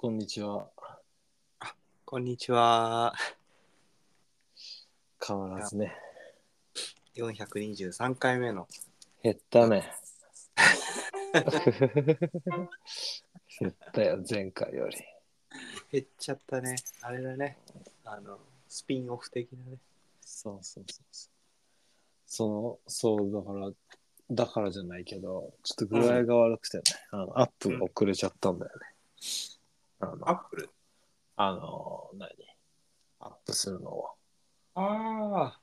こんにちは。こんにちは。変わらずね。 423回目の。減った ね。減ったよ、前回より。減っちゃったね。あれだね。あの、スピンオフ的なね。そうそうそうそう。その、そう、だから、だからじゃないけど、ちょっと具合が悪くてね、あのアップが遅れちゃったんだよね。あの、ップルあの何アップするのを。ああ。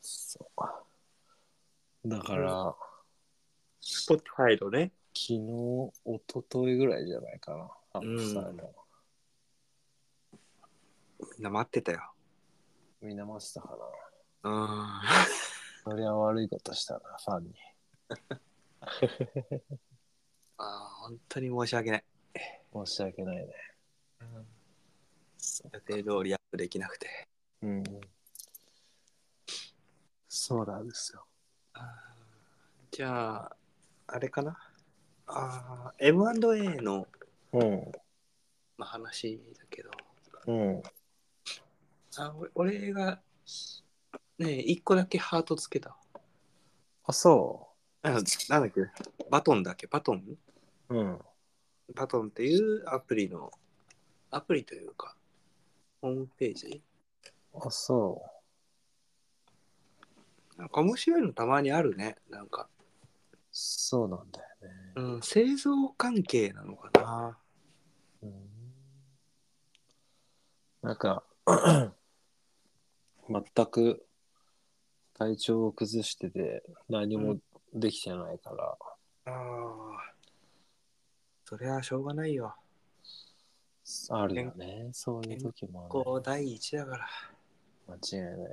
そう。だから、スポティファイドね。昨日、一昨日ぐらいじゃないかな。アップされたの。みんな待ってたよ。見直したかな。うん。そりゃ悪いことしたな、ファンに。あー本当に申し訳ない。申し訳ないね。予定通りアップできなくて。うん。そうなんですよ。じゃあ、あれかなああ、M&A の、うまあ、話だけど、ん。うん。あ俺俺が、ねえ、一個だけハートつけたわ。あ、そあなんだっけバトンだっけバトンう。うん。バトンっていうアプリの、アプリというか、ホームページあ、そなんか面白いのたまにあるね。なんか、う。そうなんだよね。うん、製造関係なのかな。うん、なんか、 全く体調を崩してて何もできてないから、ああ。それはしょうがないよ。あるよね。そういう時もある、こう、第一だから。間違いないね。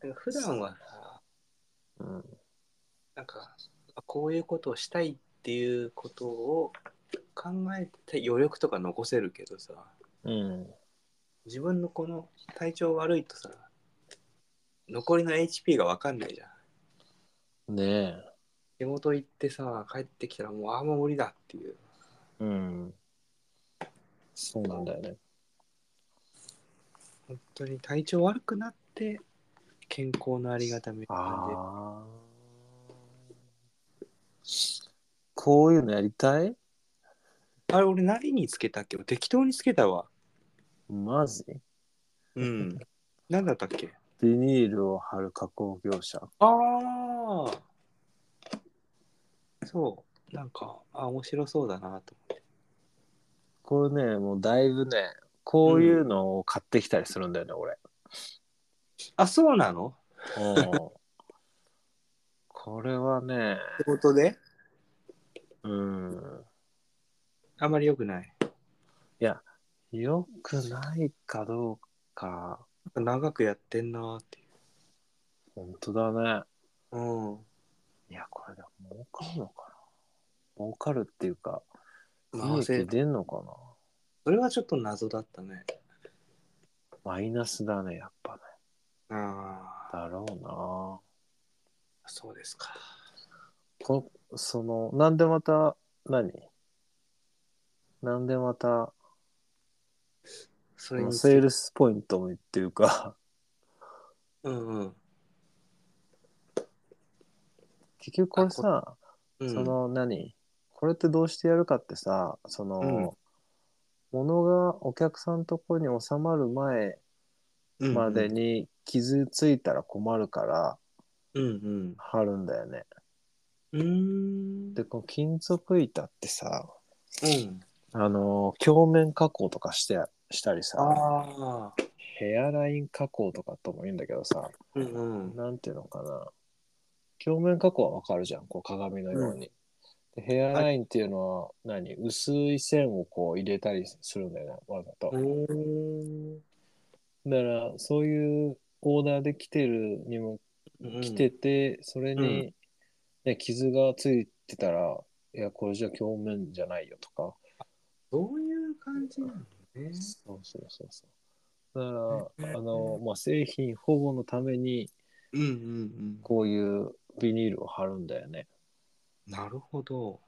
なんか普段はさ、うん。なんか、こういうことをしたいっていうことを考えて余力とか残せるけどさ、うん。自分のこの体調悪いとさ、残りの HP が分かんないじゃん。ねえ。仕事行ってさ帰ってきたらもうああもう無理だっていううん。そうなんだよね。本当に体調悪くなって健康のありがたみ感ああ。こういうのやりたいじあれ俺何につけたっけ適当につけたわマジうん何だったっけビニールを貼る加工業者。ああそうなんかあ面白そうだなとこれね、もうだいぶね、こういうのを買ってきたりするんだよね、俺。あそうなのうん。 これはね、仕事でうん。あまり良くない良くないかどうか、なんか長くやってんなーってい本当だね。ううんいや、これでも儲かるのかな儲かるっていうか、ま利あ益せ出んのかなそれはちょっと謎だったねマイナスだね、やっぱね。ああだろうな。そうですかこその、なんでまた、何なんでまた、それについセールスポイントっていうか、 うんうん結局これさ、うんその何これってどうしてやるかってさ、その、うん物がお客さんとこに収まる前までに傷ついたら困るからうん貼るんだよね。うん。うーん。でこの金属板ってさうん。あのー鏡面加工とかしてしたりさああ。ヘアライン加工とかとも言うんだけどさうんうん。なんていうのかな鏡面加工はわかるじゃんこう鏡のように、でヘアラインっていうのは何、薄い線をこう入れたりするんだよねわざと、おーだからそういうオーダーで来てるにもうん来てて、それに、うんね、傷がついてたらいやこれじゃ鏡面じゃないよとかそういう感じなのね。そうそうそうそう。だから、あの、まあ、製品保護のために、うんうんうん。こういうビニールを貼るんだよね。なるほど。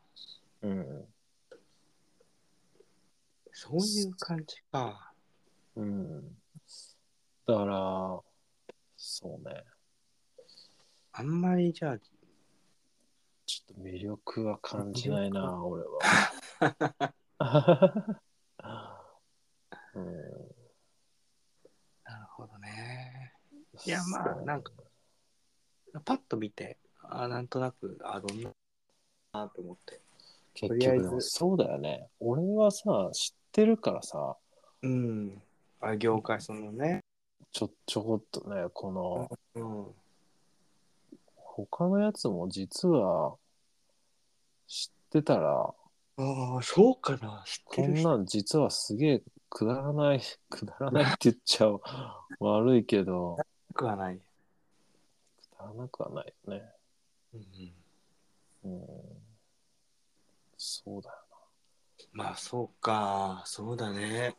うん。そういう感じか。うん。だから、そうね。あんまりじゃあ、ちょっと魅力は感じないな、俺は。 うん、なるほどね。いやまあなんかパッと見て、あなんとなく、あどんな、なと思って。結とりあえ局ずでもそうだよね俺はさ知ってるからさうん。あ業界、そのね。ちょちょこっとねこのうん。他のやつも実は知ってたらああ、そうかな。知ってこるん人。なん実はすげえくだらないくだらないって言っちゃう悪いけどなくはない。くだらなくはないよね、うん。うん、そうだよまあ、そうか。そうだね。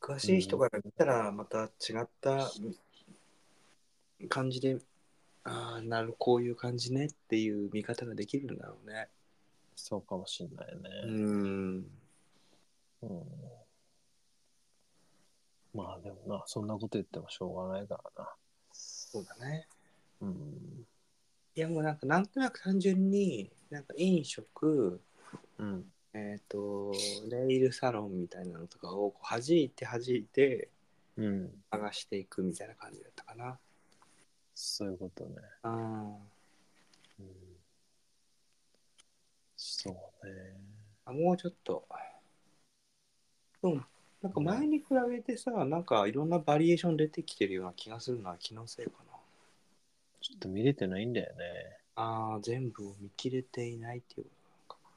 詳しい人から見たら、また違った感じで、ああ、なる、こういう感じねっていう見方ができるんだろうね。そうかもしんないね、うん。うんまあでもな、そんなこと言ってもしょうがないからな。そうだね。うん。いやもうなんかなんとなく単純になんか飲食、うん。えー、とネイルサロンみたいなのとかをこう弾いて弾いてうん。探していくみたいな感じだったかな。そういうことね。あうん、そうね。あもうちょっと。うん、なんか前に比べてさ、なんかいろんなバリエーション出てきてるような気がするのは気のせいかな。ちょっと見れてないんだよね。ああ、全部を見切れていないっていう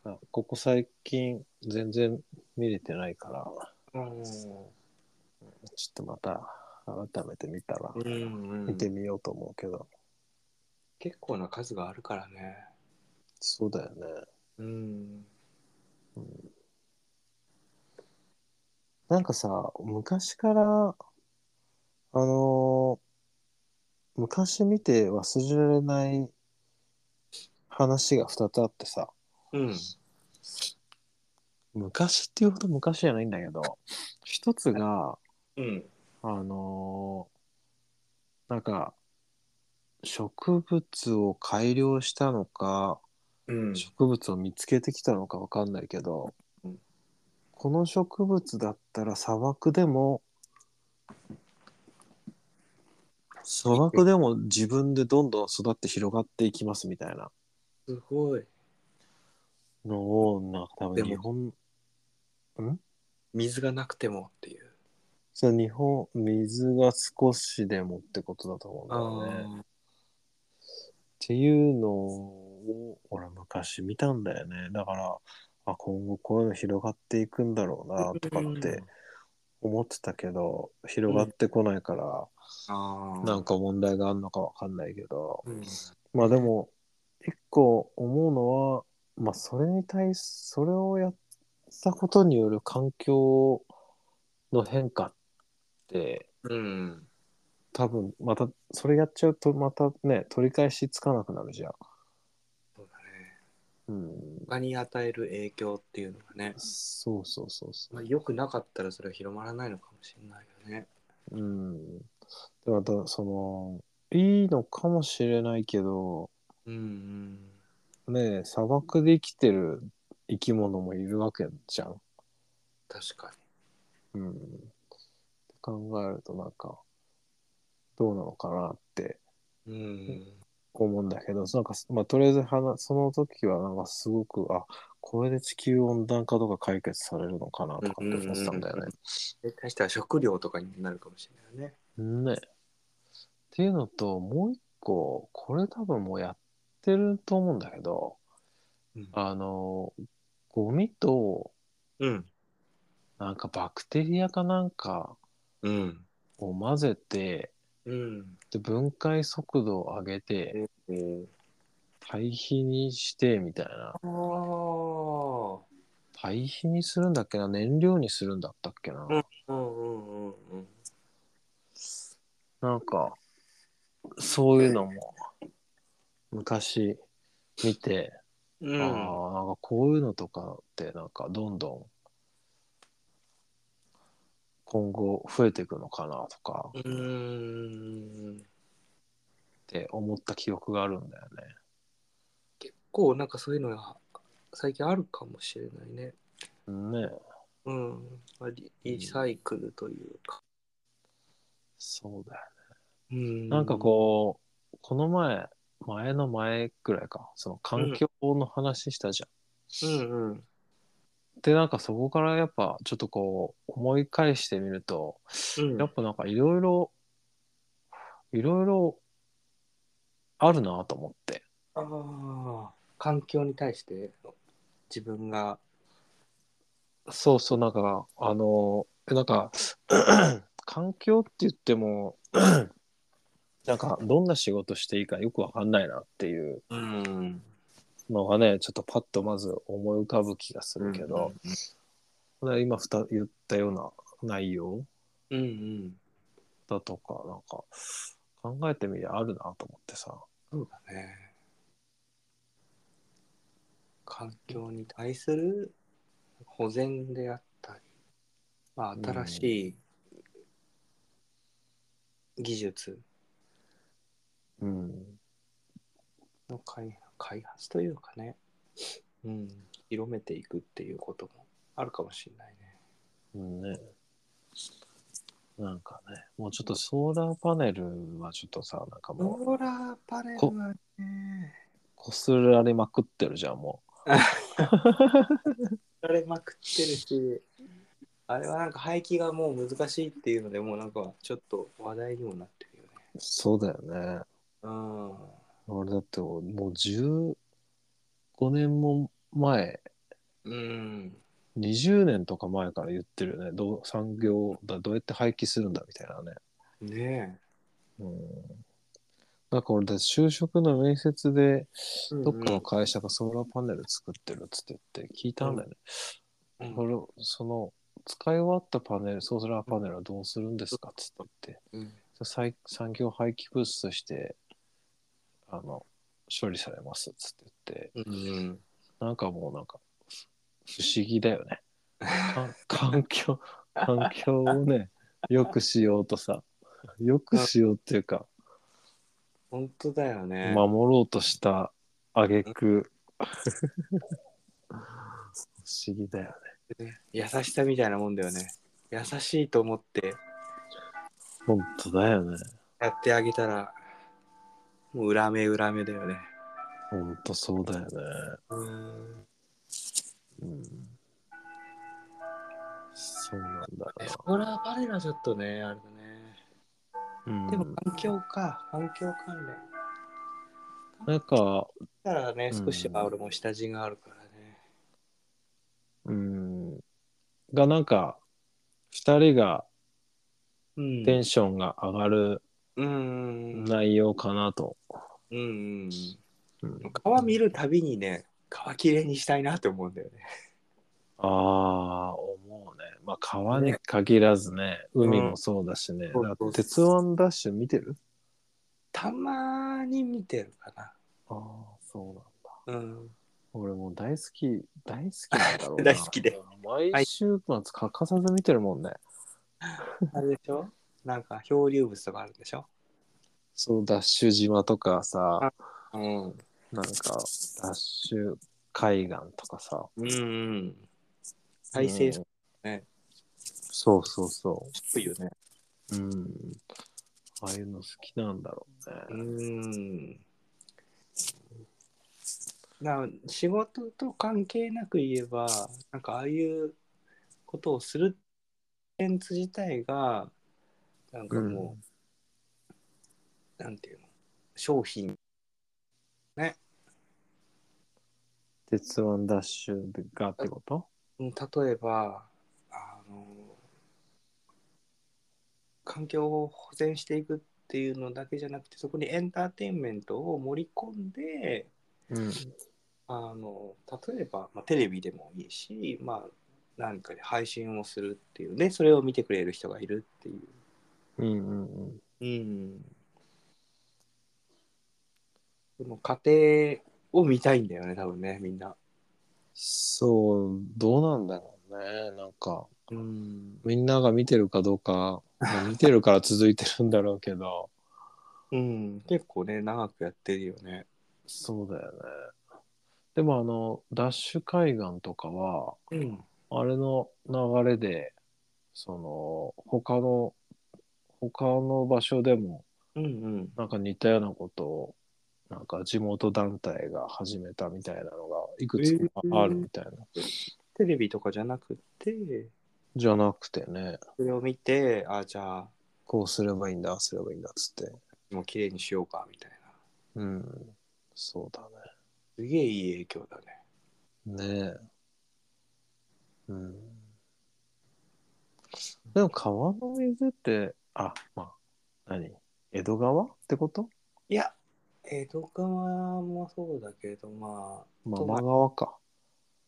あここ最近全然見れてないから、うんちょっとまた改めて見たらうんう見ん、てみようと思うけど。結構な数があるからね。そうだよね。うん。なんかさ、昔から、あのー昔見て忘れられない話が2つあってさ、うん。昔っていうほど昔じゃないんだけど、一つが、うん。あのーなんか、植物を改良したのか、うん植物を見つけてきたのかわかんないけど、うんこの植物だったら砂漠でも砂漠でも自分でどんどん育って広がっていきますみたいなすごい。のをなんか多で分も日本水がなくてもっていう。そう日本水が少しでもってことだと思うんだよね。っていうのを俺昔見たんだよね。だからあ今後こういうの広がっていくんだろうなとかって。思ってたけど広がってこないから、あなんか、か問題があるのかわかんないけど、うんまあでも一個思うのはまあそれに対すそれをやったことによる環境の変化ってうん。多分またそれやっちゃうとまたね取り返しつかなくなるじゃん。そうだね。うん、他に与える影響っていうのがね、そうそうそうそう。まあ、良くなかったらそれは広まらないのかもしれないよね。うん、でまたそのいいのかもしれないけどうんうん。ねえ砂漠で生きてる生き物もいるわけじゃん。確かうん、って考えるとなんかどうなのかなってに。うん。思うんだけどなんか、まあ、とりあえず話その時はなんかすごくあこれで地球温暖化とか解決されるのかなとかって思ってたんだよね。それに対しては食料とかになるかもしれないよね。ねっていうのともう一個これ多分もうやってると思うんだけどうんあのゴミとうん。なんかバクテリアかなんかうん。を混ぜてうん。で分解速度を上げて堆肥にしてみたいなああ。堆肥にするんだっけな燃料にするんだったっけな、んうんうんうんうん。なんかそういうのも昔見て、うあん。あなんかこういうのとかってなんかどんどん今後増えていくのかなとかうーんって思った記憶があるんだよね。結構なんかそういうのが最近あるかもしれないね。ねうん。リリサイクルというか。そうだよ。うんなんかこう、この前、前の前くらいか、その環境の話したじゃん。う。うんうん。で、なんかそこからやっぱちょっとこう、思い返してみると、うん、やっぱなんかいろいろ、いろいろあるなと思って。ああ。環境に対して自分が。そうそう、なんか、あの、えなんか、 環境って言っても、 なんかどんな仕事していいかよくわかんないなっていううん。のがね、ちょっとパッとまず思い浮かぶ気がするけど、。これ今ふた言ったような内容うんうん。だとか、なんか、考えてみりゃあるなと思ってさ。そうだね。環境に対する保全であったり、まあ、新しい技術うん。の開開発というかね、うん、広めていくっていうこともあるかもしれないうね。んね。なんかね、もうちょっとソーラーパネルはちょっとさ、なんかもう、ローラーパネルはね、こすられまくってるじゃん、もられまくってるし、あれはなんか廃棄がもう難しいっていうので、もうなんかちょっと話題にもなってるよね。う。そうだよね。うん。俺だってもう15年も前、うん。 20年とか前から言ってるよね。どう産業だ、どうやって廃棄するんだみたいなね。ねうん。なんか俺だって就職の面接で、え。どっかの会社がソーラーパネル作ってるっつって言って聞いたんだよね。うんそれその使い終わったパネル、ソーラーパネルはどうするんですかっつって言ってうん産、産業廃棄物としてあの処理されますっつって言って、うん。なんかもうなんか不思議だよ ね。か環境、環境をね、よくしようとさ、よくしようっていうか、本当だよね。守ろうとした挙句不思議だよね優しさみたいなもんだよね。優しいと思って本当だよねやってあげたら、もう裏目裏目だよね。本当そうだよねうん。うんそうなんだなソーラーパネルはちょっとね、あれだね。うんでも環境か、環境関な連。んかだからね、うん少しは俺も下地があるからね。うんがなんか2人がうんテンションが上がるうん。内容かなと、うん。うん川見るたびにね、川きれいにしたいなって思うんだよね。ああ思うねまあ川に限らずね海もそうだしね、そうそうだから鉄腕ダッシュ見てるたまーに見てるかな。ああそうなんだうん。俺もう大好き、大好きなんだろうな。 大好きで。毎週末欠かさず見てるもんね。あれで しょなんか漂流物とかあるでしょそう、ダッシュ島とかさ、うん。なんか、ダッシュ海岸とかさ。うん。再生するねそうそうそごいよね。う。うん。ああいうの好きなんだろううね。ん。な仕事と関係なく言えば、なんかああいうことをするコンテンツ自体が、なんかもう、なんていうの、商品。鉄腕ダッシュがってことうん例えば、あの、環境を保全していくっていうのだけじゃなくて、そこにエンターテインメントを盛り込んで、うん。あの例えば、まあ、テレビでもいいし、まあ、何かで配信をするっていうねそれを見てくれる人がいるっていう、うんうんうん。うん、その過程を見たいんだよね多分ねみんな。そう、どうなんだろうね。なんか、うん。みんなが見てるかどうか、まあ見てるから続いてるんだろうけど、うん。結構ね、長くやってるよね。そうだよね。でもあの、ダッシュ海岸とかは、うん。あれの流れで、その、他の、他の場所でも、うんうん。なんか似たようなことを、なんか地元団体が始めたみたいなのが、いくつかあるみたいな。テレビとかじゃなくて、じゃなくてね、それを見て、あじゃあ、こうすればいいんだ、ああすればいいんだっつって。もう綺麗にしようか、みたいな。うん、そうだね。すげえいい影響だね。ねえ。うん。でも川の水って、あ、まあ、何江戸川ってこといや、江戸川もそうだけど、まあ、まあ、都真内川か。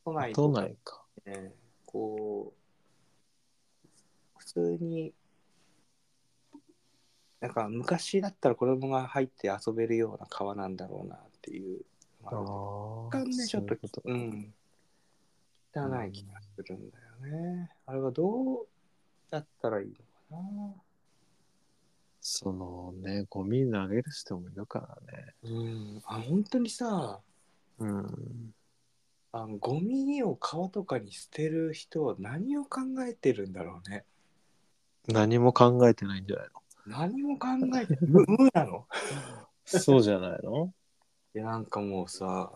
都内都とか内か。ね、こう、普通に、なんか昔だったら子供が入って遊べるような川なんだろうなっていう。ああ若干ね、ちょっそういとうこと、うん、汚い気がするんだよね。あれはどうだったらいいのかな。そのね、ゴミ投げる人もいるからね。うん、あ本当にさうん。あのゴミを川とかに捨てる人は何を考えてるんだろうね何も考えてないんじゃないの何も考え て無無なのそうじゃないのいやなんかもうさ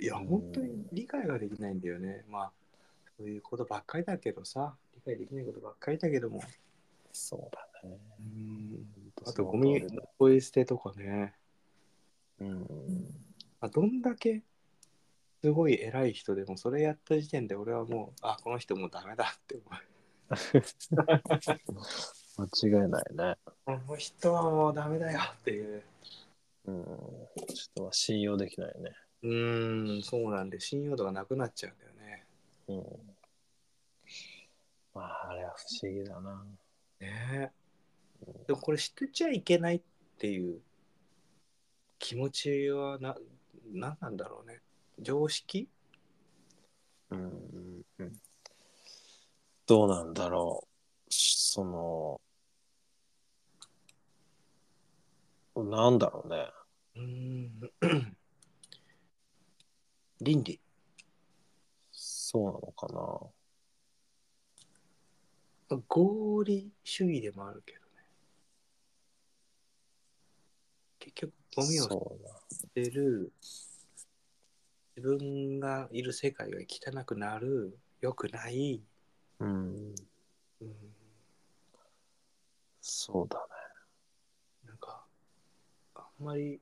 いやうん本当に理解ができないんだよねまあそういうことばっかりだけどさ理解できないことばっかりだけども そうだね。うんああととゴゴミミ。のポイ捨てとかねうん。あどんだけすごい偉い人でもそれやった時点で俺はもうあこの人もうダメだって思う間違いないね。この人はもうダメだよっていう。うん。ちょっとは信用できないね。うーん、そうなんで、信用度がなくなっちゃうんだよね。うん。まあ、あれは不思議だな。ねえでもこれ、捨てちゃいけないっていう気持ちはな、なんなんだろうね。常識うん。どうなんだろう。その、なんだろうね。うーん。倫理。そうなのかな。合理主義でもあるけどね。結局、ゴミを捨そってる自分がいる世界が汚くなる良くない、うだ。うん。うん、そう だね。なんかあんまり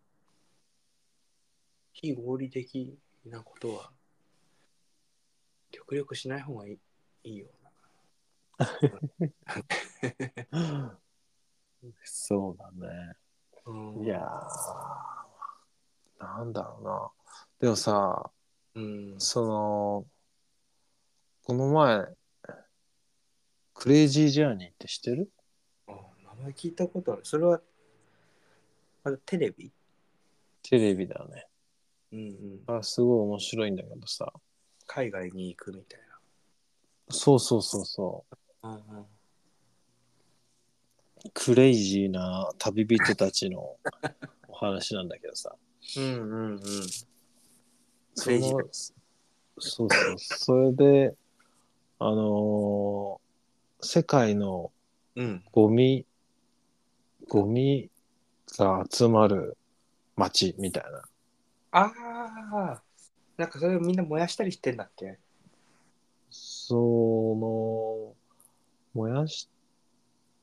非合理的なことは極力しない方がいいいいようなそうだね。うんいやー、なんだろうな。でもさ、うんその、この前、クレイジージャーニーって知ってるあ名前聞いたことあるそれはあれテレビテレビだね。うんうんあ、すごい面白いんだけどさ。海外に行くみたいそうそうそうそなうんうんう。クレイジーな旅人た ちのお話なんだけどさ。うんうんうんそクレイジーのそうそう。それで、あのー世界のうんゴミ、ゴミが集まる街みたいな。ああ、なんかそれをみんな燃やしたりしてんだっけその、燃やし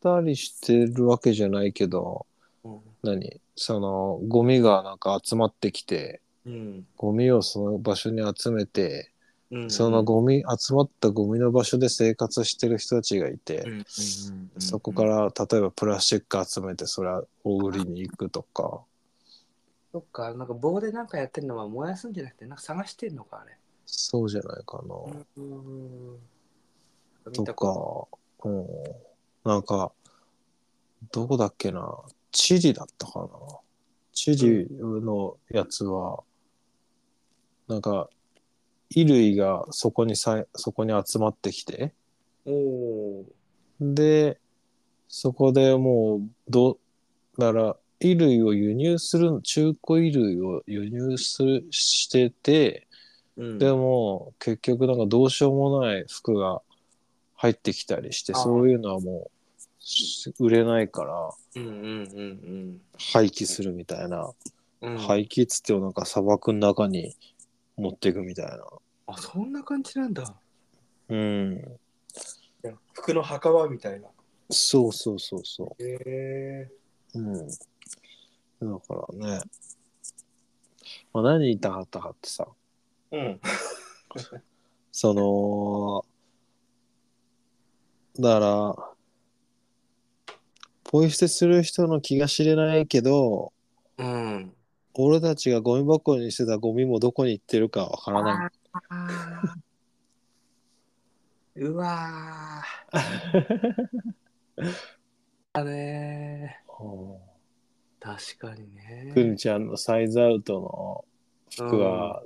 たりしてるわけじゃないけど、うん。何その、ゴミがなんか集まってきて、うん。ゴミをその場所に集めて、うん、そのゴミ、集まったゴミの場所で生活してる人たちがいて、うん、。そこからら例えばプラスチック集めてそれを売りに行くとか、そっか、なんか棒でなんかやってるのは燃やすんじゃなくて、なんか探してんのか、あれ。そうじゃないかな。うん。と見たこか、とうん、なんか、どこだっけな、チリだったかな。チリのやつは、なんか、衣類がそこにさいそこに集まってきて、おで、そこでもう、ど、だから、衣類を輸入する、中古衣類を輸入する、してて、うんでも、結局なんかどうしようもない服が入ってきたりして、あーそういうのはもう、売れないから、うんうんうん廃棄するみたいな。うん。うん廃棄っつってもなんか砂漠の中に持っていくみたいな。あ、そんな感じなんだ。うん。服の墓場みたいな。そうそうそうそう。へえ。うん。だからね。まあ、何言いたかったかってさ、うん。その、だから、ポイ捨てする人の気が知れないけど、うん。俺たちがゴミ箱にしてたゴミもどこに行ってるかわからなうわー。だねい。うんー。確かにね。くんちゃんのサイズアウトの服は、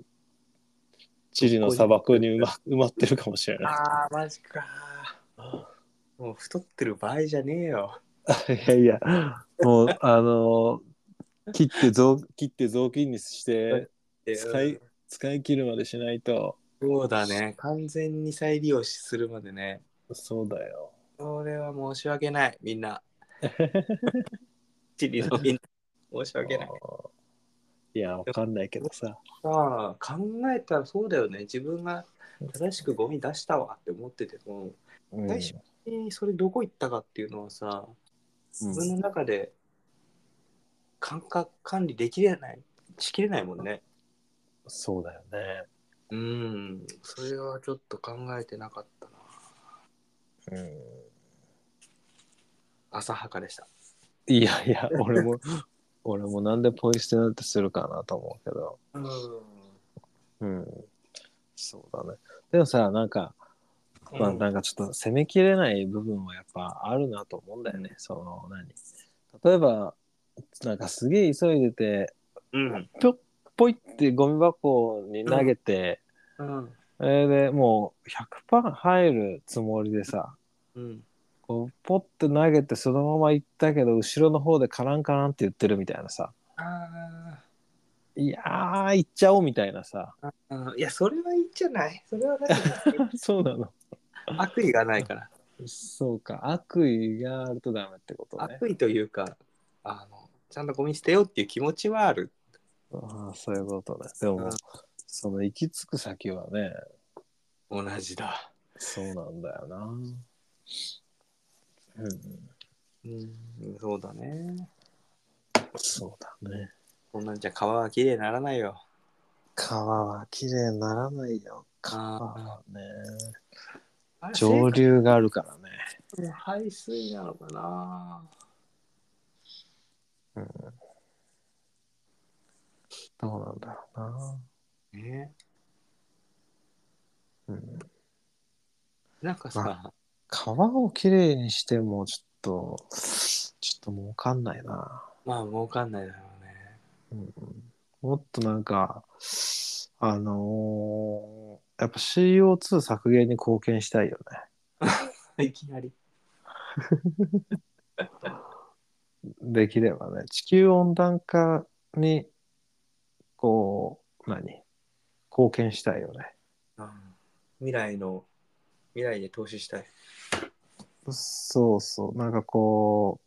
チリの砂漠に埋ま埋まってるかもしれない。ああ、マジかー。もう太ってる場合じゃねえよ。いやいや、も う、あのー切って雑、切って雑巾にして、使い使い切るまでしないと、そうだね。完全に再利用するまでね。そうだよ。それは申し訳ない、みん な。チリのみんな。申し訳ない。あーいや、わかんないけどさ。さあ、考えたらそうだよね。自分が正しくゴミ出したわって思ってても、うん大丈えーそれどこ行ったかっていうのはさ、うん自分の中で感覚管理できれない、しきれないもんね。そうだようん、それはちょっと考えてなかったな。ね。浅はかでした。うん、いやいや、俺も、 俺もなんでポイ捨てなんてするかなと思うけど。うん。うん。そうだね。でもさ、なんか、まあ、なんかちょっと攻めきれない部分はやっぱあるなと思うんだよね。その何例えばなんかすげえ急いでてうん。ぴょっぽいってゴミ箱に投げて、うん。それでもう100%入るつもりでさうん。こうポッて投げてそのまま行ったけど後ろの方でカランカランって言ってるみたいなさあいやー行っちゃおうみたいなさーあー。いや、それはいいんじゃないそれはなんかそうなの悪意がない から。そうか悪意があるとダメってことね悪意というか、あの、ちゃんとゴミ捨てようっていう気持ちはある。ああそういうことね。でうもん、その行き着く先はね、同じだ。そうなんだよな。うん、うん、そうだね。そうだね。こんなんじゃ皮はきれいにならないよ。皮はきれいにならないよ。皮はあね。あれ上流があるからね。生活も排水なのかなうん、どうなんだろうな。ね。うん、なんかさ、皮をきれいにしても、ちょっと、ちょっと儲かんないな。まあ、儲かんないだろうね。うんもっとなんか、あのーやっぱ CO2 削減に貢献したいよいきなり。ね。できればね、地球温暖化に、こう、何貢献したいよね。未来の、未来で投資したい。そうそう、なんかこ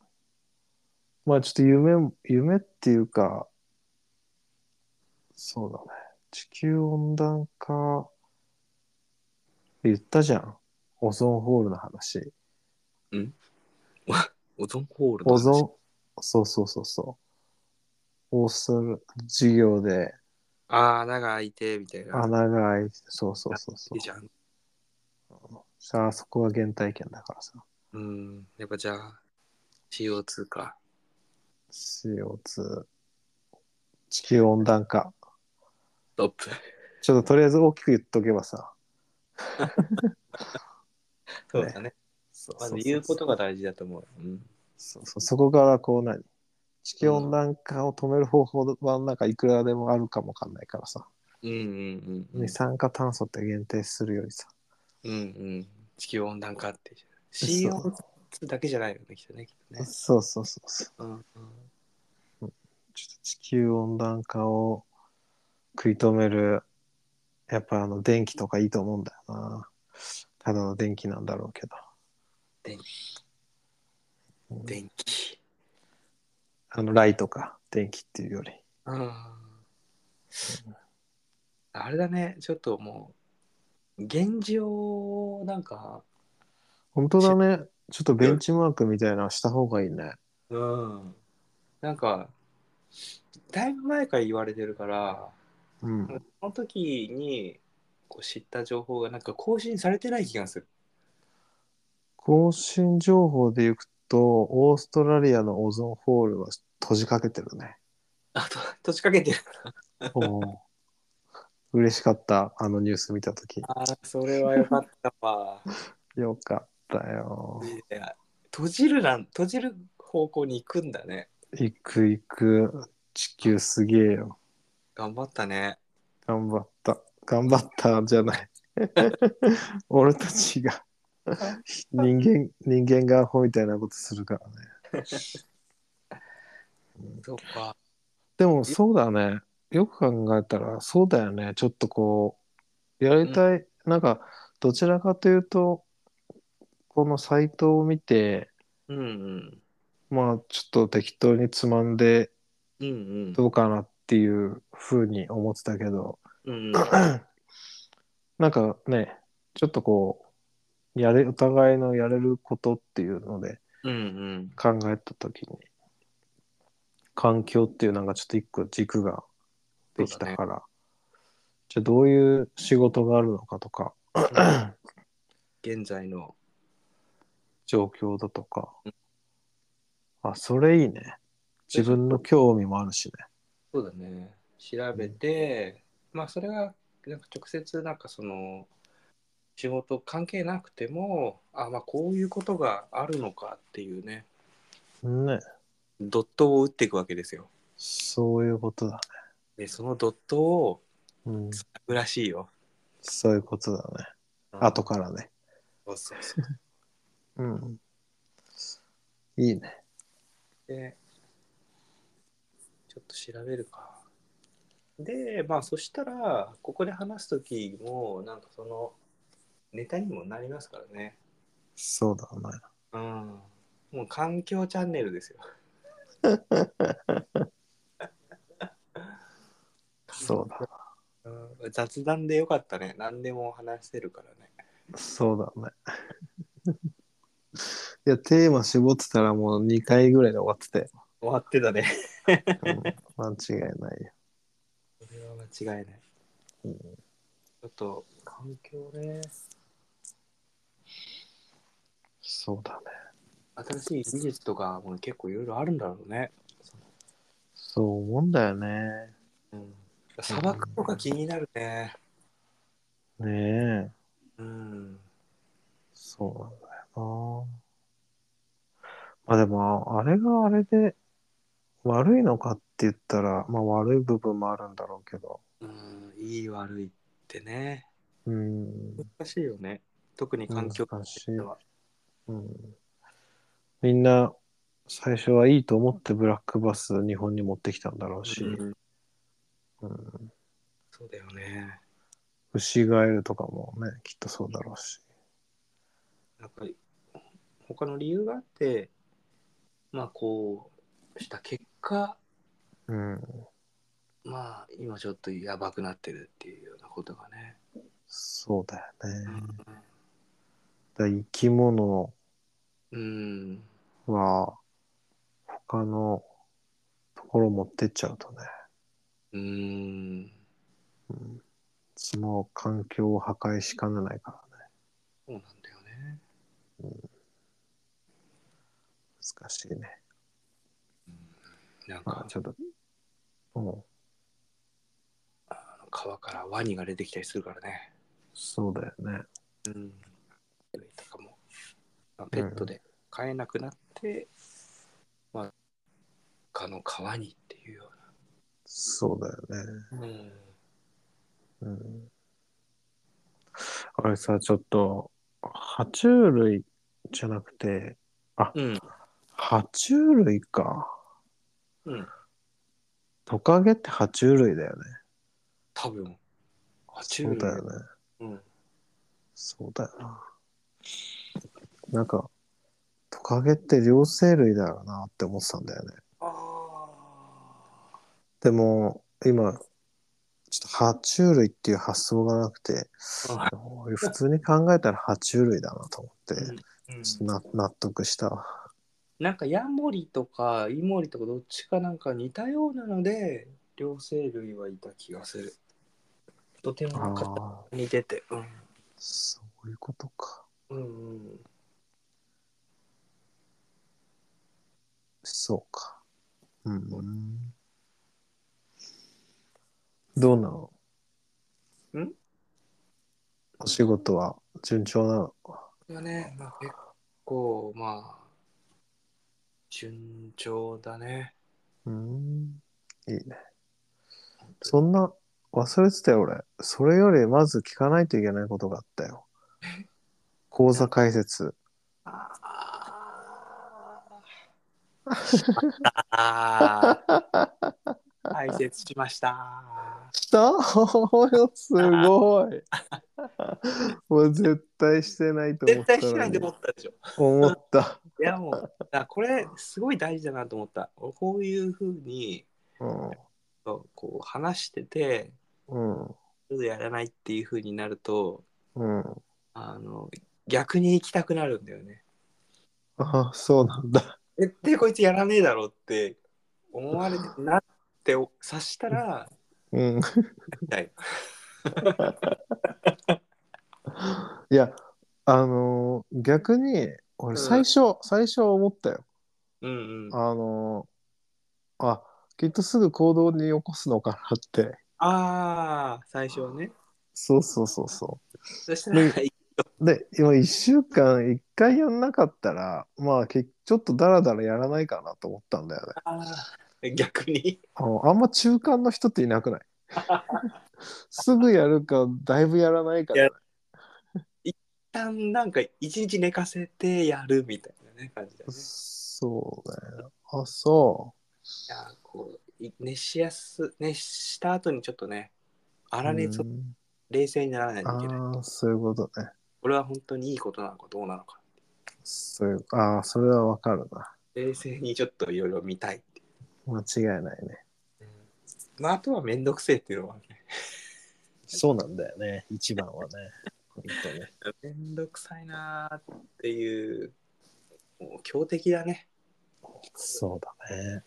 う、まあちょっと夢、夢っていうか、そうだね。地球温暖化、言ったじゃん。オゾンホールの話。オゾンホールのオゾン、そうそうそうそう。オースト授業でああ、穴が開いて、みたいな。穴が開いて、そうそうそうそいういじ。ゃん。さあ、そこが原体験だからさ。うん。やっぱじゃあ、CO2 か。 CO2、地球温暖化。ストップ。ちょっととりあえず大きく言っとけばさ。そうだね。そうまそずうそう言うことが大事だと思う。うん。そうそうそこからこう何地球温暖化を止める方法はなんかいくらでもあるかもわかんないからさ。うんうんうん。二酸化炭素って限定するよりさ。うんうん。地球温暖化って。そう CO2 つだけじゃないよね、きっとね。きっとねそうそうそうそう。うんうんちょっと地球温暖化を食い止める、やっぱあの電気とかいいと思うんだよな。ただの電気なんだろうけど。電うん電気。あのライトか電気っていうより。うん。あれだね、ちょっともう、現状をなんか、本当だね。ちょっとベンチマークみたいなのした方がいいね。うん。なんか、だいぶ前から言われてるから、うん。その時にこう知った情報がなんか更新されてない気がする。 更新情報でいくと、オーストラリアのオゾンホールは閉じかけてるね。あと、閉じかけてる。おー嬉しかった、あのニュース見たとき。ああ、それはよかったわ。よかったよ。いや 閉じるなん、閉じる方向に行くんだね。行く行く、地球すげえよ。頑張ったね。頑張った。頑張ったじゃ ない。俺たち が人間、人間がアホみたいなことするからね。そうか。でもそうだね。よく考えたらそうだよね。ちょっとこう、やりたい、なんか、どちらかというと、このサイトを見て、うんうん。まあちょっと適当につまんでうんうん。どうかなっていうふうに思ってたけど、うんうん、なんかね、ちょっとこう、やれ、お互いのやれることっていうのでうんうん。考えたときに、環境っていうなんかちょっと一個軸ができたから、じゃあどういう仕事があるのかとか、 現在の。状況だとか、あ、それいいね。自分の興味もあるしね。そうだね。調べて、まあそれが、なんか直接なんかその、仕事関係なくても、あ、まあこういうことがあるのかっていうね、ね、ドットを打っていくわけですよ。そういうことだで、そのドットを、ね。うん、らしいよ。そういうことだね。後からね。そうそうそううん。いいね。で、ちょっと調べるか。で、まあそしたら、ここで話すときも、なんかその、ネタにもなりますからね。そうだね。うん。もう環境チャンネルですよ。そうだ。うん、雑談でよかったね。何でも話せるからね。そうだね。 いや、テーマ絞ってたらもう2回ぐらいで終わってたよ。終わってたね。うん間違いないよ。それは間違いない。うんちょっと、環境ね。そうだね。新しい技術とかも結構いろいろあるんだろうね。そう思うんだよね。うん、砂漠とか気になるね。ねえ。うん。そうなんだよな。まあでも、あれがあれで悪いのかって言ったら、まあ悪い部分もあるんだろうけど。うん、いい悪いってね。うん。難しいよね。特に環境難しいとしては。うんみんな最初はいいと思ってブラックバス日本に持ってきたんだろうし、うんうんそうだよね。牛ガエルとかもねきっとそうだろうし、なんか、他の理由があって、まあこうした結果、うん、まあ今ちょっとやばくなってるっていうようなことがね。そうだよね、だかうら生き物ん。うん、は他のところ持ってっちゃうとね、うん、うん、その環境を破壊しかねないからねそうなんだよね。難しいね、なんまかあ、ちょっと、うん、川からワニが出てきたりするからね。そうだよねうん。とかも、まあ、ペットで飼えなくなって、まあ、他の川にっていうよそうだよねうな。うん。うんあれさ、ちょっと、爬虫類じゃなくて、うん。爬虫類か。うん。トカゲって爬虫類だよね。多分。爬虫そう類。だよね。うん。そうだよな。なんか、トカゲって両生類だよなって思ってたんだよね。ああ。でも、今、ちょっと爬虫類っていう発想がなくて、あ普通に考えたら爬虫類だなと思って、うんうんちょっとな納得したわ。なんかヤモリとかイモリとかどっちかなんか似たようなので両生類はいた気がするとてもあなんかあ、似ててうんそういうことか。うんうんそうか。うん。どうなのんお仕事は順調なのこれはね、まあ、結構まあ順調だねうん。いいね。そんな、忘れてたよ俺。それよりまず聞かないといけないことがあったよ。講座解説。ああああ解説しましたしたすごい。 もう絶対してないと思絶ったの対に。しないと思ったでしょ思った。いやもうだこれすごい大事だなと思った俺こういうふうにそうこう話しててうん。うん。ちょっとやらないっていう風になるとうん。あの逆に行きたくなるんだよね。あ、そうなんだ。絶対こいつやらねえだろって思われてるなってお察したらうん。みたいいや、あのー逆に、俺うん最初、最初は思ったよ。な。うんうん、ああのーあ、きっとすぐ行動に起こすのかなって。あー最初はね。そうそうそうそそしたら、う。で、今1週間1回やんなかったら、まあ、けちょっとダラダラやらないかなと思ったんだよね。あー逆にあのあんま中間の人っていなくない すぐやるか、だいぶやらないかじゃない。一旦なんか一日寝かせてやるみたいなね感じだね。そうだよ。あ、そう。いやこうい熱しやす熱した後にちょっとね粗熱をうん冷静にならないといけない。ああ、そういうことね。これは本当にいいことなのかどうなのか。そういう、ああ、それはわかるな。冷静にちょっといろいろ見たい。間違いないね。まあ、あとはめんどくせえっていうのはね。そうなんだよね。一番はね。 本当ね。めんどくさいなーっていう、もう強敵だね。そうだね。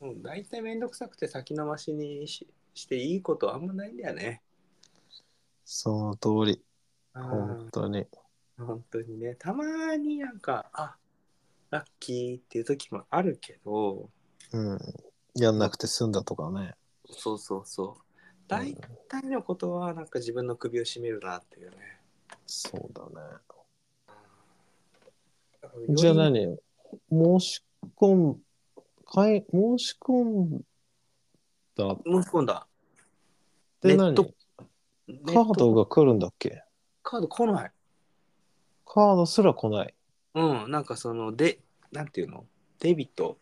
もう大体めんどくさくて先延ばしにししていいことあんまないんだよね。その通り。うん本当に。本当にね。たまになんか、あラッキーっていう時もあるけど、うん。やんなくて済んだとかね。そうそうそう。大体のことはなんか自分の首を絞めるなっていうね。そうだね。じじゃゃあない何申し込ん、かい申し込んだっ申し込んだ。てネ何ットカードが来るんだっけカード来ない。カードすら来ない。うん、なんかその、で、なんていうのデビット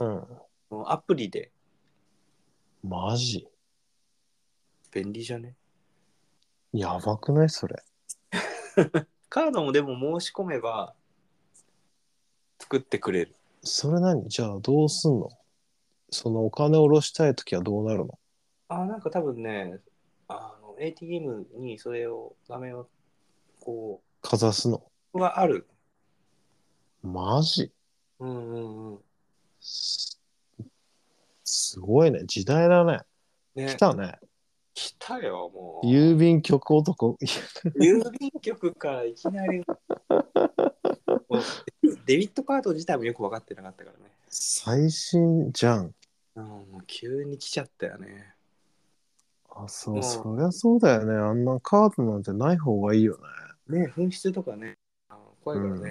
うん。のアプリでマジ便利じゃねやばくないそれ。カードもでも申し込めば作ってくれる。それ何じゃあどうすんのそのお金を下ろしたい時はどうなるのあー、なんか多分ね、あの、ATM にそれを、画面を、こかざすのう、はある。マジうんうんうん。すすごいね時代だねね、来たね来たよ、もう。郵便局男郵便局からいき なり。もうデビットカード自体もよく分かってなかったからね。最新じゃんうん、もう急に来ちゃったよね。あそう、うんそりゃそうだよねあんなカードなんてない方がいいよねね紛失とかね、あの怖いからね、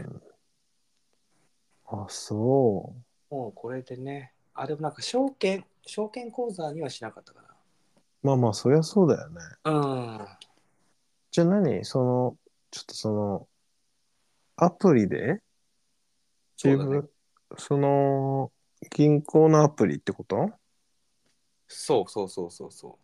うん、あそうもうこれでね、あ、でもなんか証券、証券口座にはしなかったかまあまあそりゃそうだよねな。うん。じゃあ何そのちょっとそのアプリでそうだね。その、銀行のアプリってことそうそうそうそうそ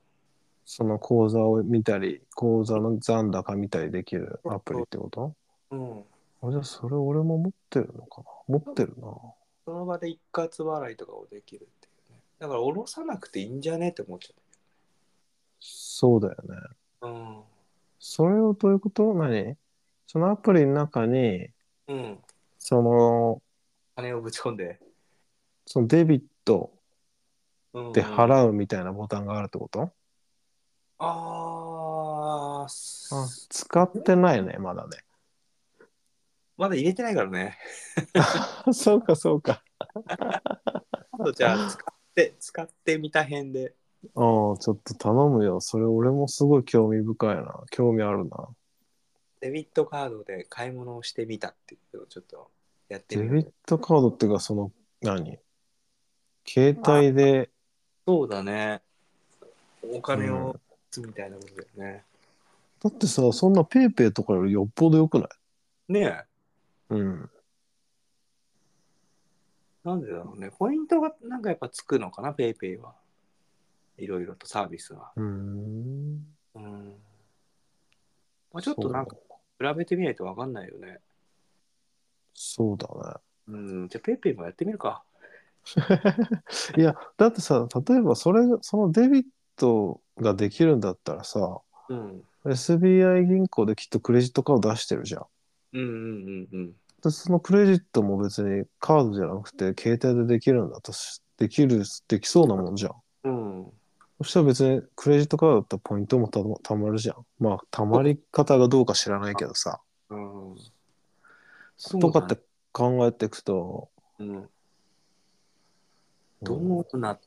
その口座を見たり、口座の残高見たりできるアプリってことう。うん。あじゃあそれ俺も持ってるのかな持ってるな。その場で一括払いとかをできるっていうね。だから、おろさなくていいんじゃねって思っちゃそうだよね。った。それをどういうこと何そのアプリの中に、うん。うん。その、金をぶち込んで。そのデビットうんで払うみたいなボタンがあるってこと、あーあ使ってないね、まだね。まだ入れてないからね。 そうか、そうか。今度じゃあ使って、使ってみた辺で。ああ、ちょっと頼むよ。それ俺もすごい興味深いな。興味あるな。デビットカードで買い物をしてみたっていうのをちょっとやってデみビッる。トカードっていうか、その、何携帯で、そうだね。お金を打つみたいなことだよね。だってさ、そんなペイペイとかよりよっぽどよくないねえ、うん。なんでだろうね。ポイントがなんかやっぱつくのかな、ペイペイは。いろいろとサービスは。うーん。うん。まあ、ちょっとなんか比べてみないとわかんないよね。そうだうん。じゃあペイペイもやってみるか。ね。いや、だってさ、例えばそれ、そのデビットができるんだったらさ、うん。 SBI 銀行できっとクレジットカード出してるじゃん。うんうんうんうん。で、そのクレジットも別にカードじゃなくて、携帯でできるんだとし、できる、できそうなもんじゃん。うん。そしたら別にクレジットカードだったらポイントもたまたまるじゃん。まあ、たまり方がどうか知らないけどさ。うん。そうとだねかって考えていくと、うん、うんどうな、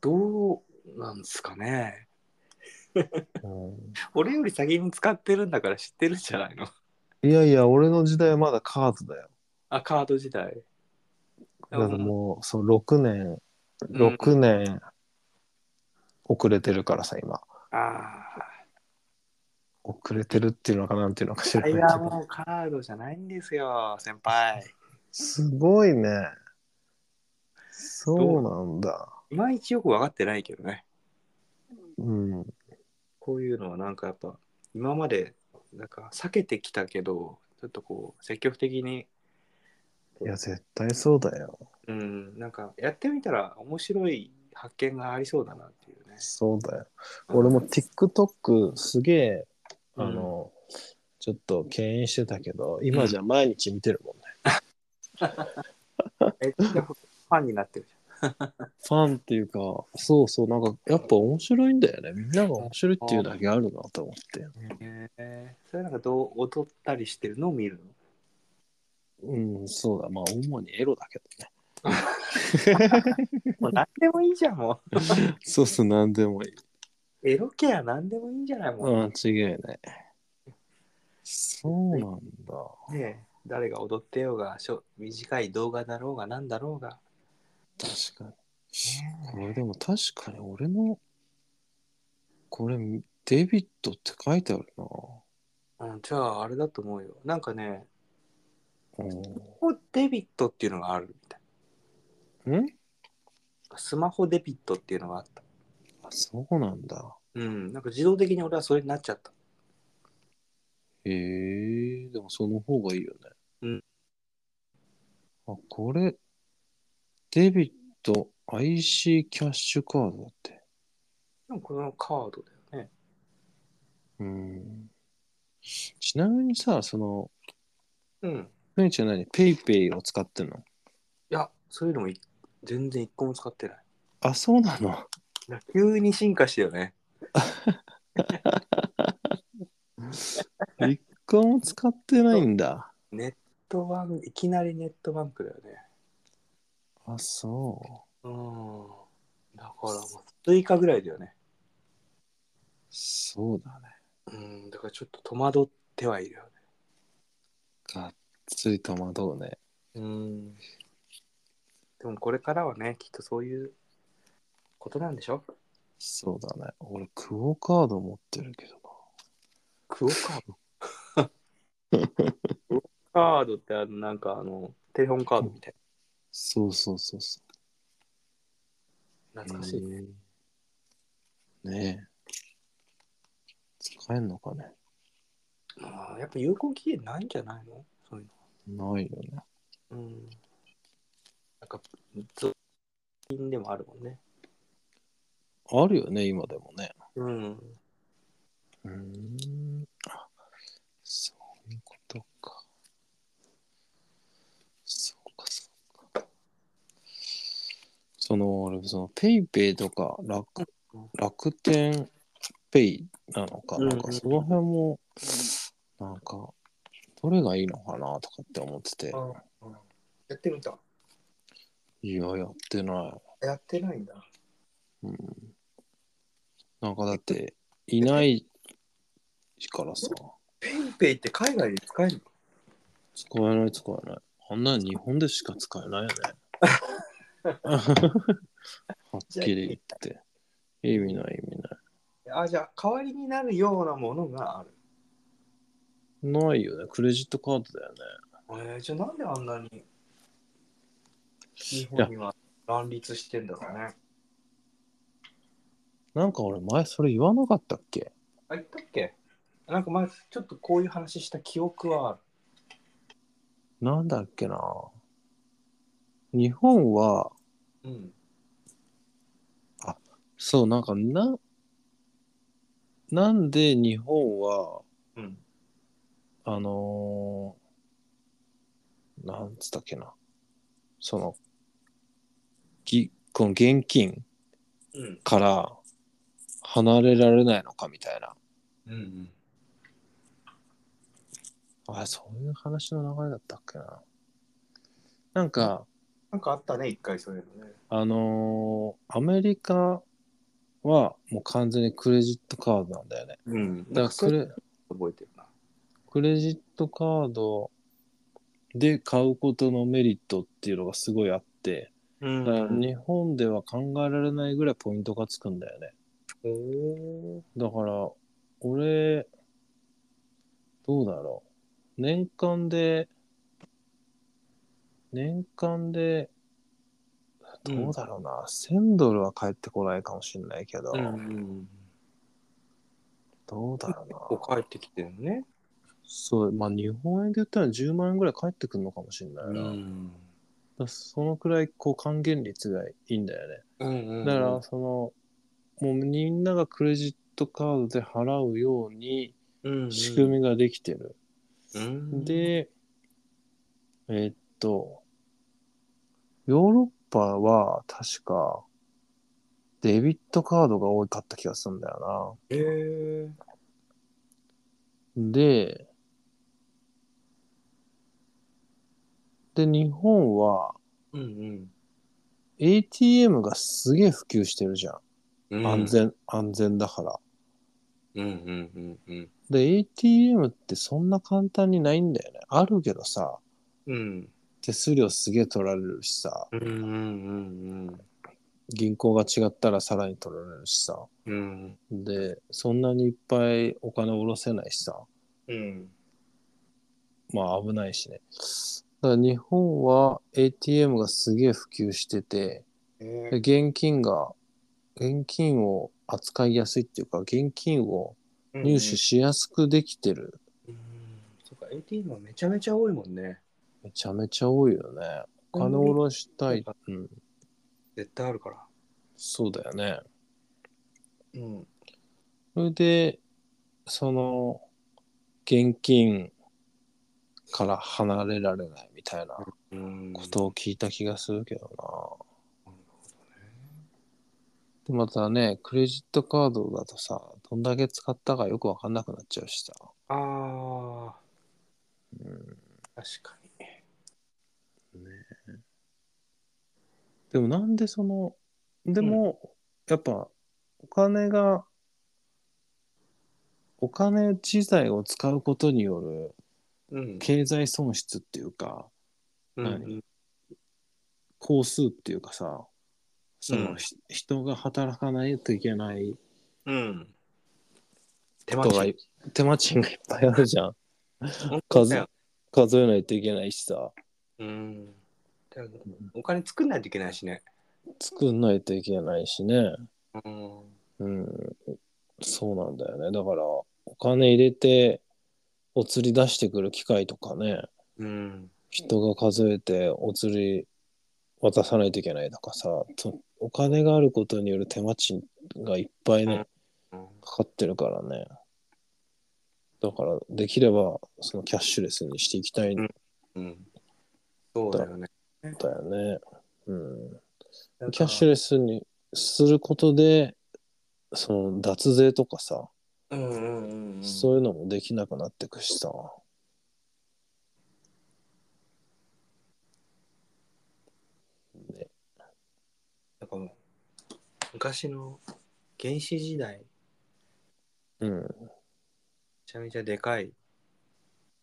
どうなんですかね。う俺より先に使ってるんだから知ってるんじゃないのんいやいや、俺の時代はまだカードだよ。あ、カード時代。だからもう、そう、6年、ん6年遅れてるからさ、今。ああ、遅れてるっていうのかなんていうのか知らあないれけはど。もうカードじゃないんですよ、先輩。すごいね。そうなんだ。いまいちよく分かってないけどね。うん。こういうのはなんかやっぱ、今まで、なんか避けてきたけど、ちょっとこう、積極的に、いや、絶対そうだよ。うん、なんかやってみたら面白い発見がありそうだなっていうね。そうだよ。俺も TikTok すげえ、あの、ちょっと敬遠してたけど、今じゃ毎日見てるもんね。えっと、ファンになってるじファンっていうか、そうそう、なんかやっぱ面白いんだよね。みんなが面白いっていうだけあるなと思って。ゃん。へえそれなんかどう踊ったりしてるのを見るのうん、そうだ。まあ、主にエロだけもう何でもいいじゃん、もどね。そうそう、なんでもいい。う。エロケア何でもいいんじゃないもん。うん、違いない。そうなんだ。ねえ誰が踊ってようが、しょ短い動画だろうが何だろうが。確かに。これでも確かに俺の、これ、デビットって書いてあるな。うん、じゃああれだと思うよ。なんかね、うんスマホデビットっていうのがあるみたいんな。スマホデビットっていうのがあった。あそうなんだ。うん、なんか自動的に俺はそれになっちゃった。へえ、でもその方がいいよね。うん。あ、これ、デビット IC キャッシュカードだって。でもこのカードだよね。うん。ちなみにさ、その、うん。ふみちゃん何ペイペイを使ってんのいや、そういうのもい全然一個も使ってない。あ、 そうなの。いや急に進化してよね。一個も使ってないんだ。ネットバンク、いきなりネットバンクだよね。あ、そう。うん。だからもう、スイカぐらいだよね。そうだね。うん、だからちょっと戸惑ってはいるよね。がっつり戸惑うね。うん。でもこれからはね、きっとそういうことなんでしょそうだね。俺、クオカード持ってるけどな。クオカード。カードってあの、なんかあの、テレホンカードみたいそうそうそうそな。う。懐かしい。ね。ねえ。使えんのかねああやっぱ有効期限ないんじゃないのそういうないよね。の。うん。なんか、ゾッキンでもあるもんね。あるよね、今でもね。うん。うーん。あ、そういうことか。そうか、そうか。その、俺、その、ペイペイとか楽うん、楽天ペイなのか、うんなんか、その辺も、なんか、どれがいいのかなとかって思ってて、やってみた。いや、やってない。やってないんだ。うん。なんか、だって、いないからさ。ペイペイって海外で使えるの使えない使えない。あんなの日本でしか使え ないよね。はっきり言って。意味ない意味あ、じゃあ代わりになるようなものがある。ない。ないよね。クレジットカードだよね。えー、じゃあなんであんなに日本には乱立してんだろうね。なんか俺前それ言わなかったっけあ、言ったっけなんか前ちょっとこういう話した記憶はある。なんだっけな。日本は、うん。そう、なんかな、なんで日本は、うん。あのーなんつったっけな。その、ぎこの現金うん。から離れられないのかみたいな。うん。あ、そういう話の流れだったっけな。なんか、なんかあったね、一回そういうのね。あのーアメリカはもう完全にクレジットカードなんだよね。うん。だからクレ覚えてるな。クレジットカードで買うことのメリットっていうのがすごいあって、うんだから日本では考えられないぐらいポイントがつくんだよね。おお。だから、俺、どうだろう。年間で、年間で、どうだろうな、1000ドルは返ってこないかもしれないけど、うん。どうだろうこな。う帰ってきてるね。そう、まあ日本円で言ったら10万円ぐらい返ってくるのかもしれないな。だかん。らそのくらい、こう、還元率がいいんだよね。うんうん。だから、その、もうみんながクレジットカードで払うようにうんうん、仕組みができてる。うん、で、えーっと、ヨーロッパは確かデビットカードが多かった気がするんだよへえ。な。で、で、日本はうん ATM がすげえ普及してるじゃ。うんん。安。全、安全だから。うんうんうんで、ATM ってそんな簡単にないんだよね。あるけどさ、うん。うん。手数料すげえ取られるしさ、うんうんうん銀行が違ったらさらに取られるしさ。うん。で、そんなにいっぱいお金下ろせないしさ、うん。まあ危ないしね。だから日本は ATM がすげえ普及してて、でえ現金が、現金を扱いやすいっていうか、現金を入手しやすくできてる。うん。そっか、ATM はめちゃめちゃ多いもんね。めちゃめちゃ多いよね。お金下ろしたい。うん、絶対あるから。そうだよね。うん。それで、その、現金から離れられないみたいな。うん。ことを聞いた気がするけどな。でまたね、クレジットカードだとさ、どんだけ使ったかよくわかんなくなっちゃうしさ。あうん、あ、確かに。でもなんでその、でも、やっぱお金が、お金自体を使うことによるうん。経済損失っていうか、うん工数っていうかさ、その、うんひ人が働かないといけないうん。手人がい手間賃がいっぱいあるじゃん。 本当だ数よ数えないといけないしさうん。だからお金作んないといけないしね。作んないといけないしねうん。うんそうなんだよねだからお金入れてお釣り出してくる機械とかねうん。人が数えてお釣り渡さないといけないとかさとお金があることによる手間賃がいっぱいね、うんかかってるからね。だから、できれば、そのキャッシュレスにしていきたいんだうん。そうだよね。よね。うん。なんかキャッシュレスにすることで、その脱税とかさ、うんうんうんうん。そういうのもできなくなってくしさ。ね、なんかもう昔の原始時代、めうん。ちゃめちゃでかい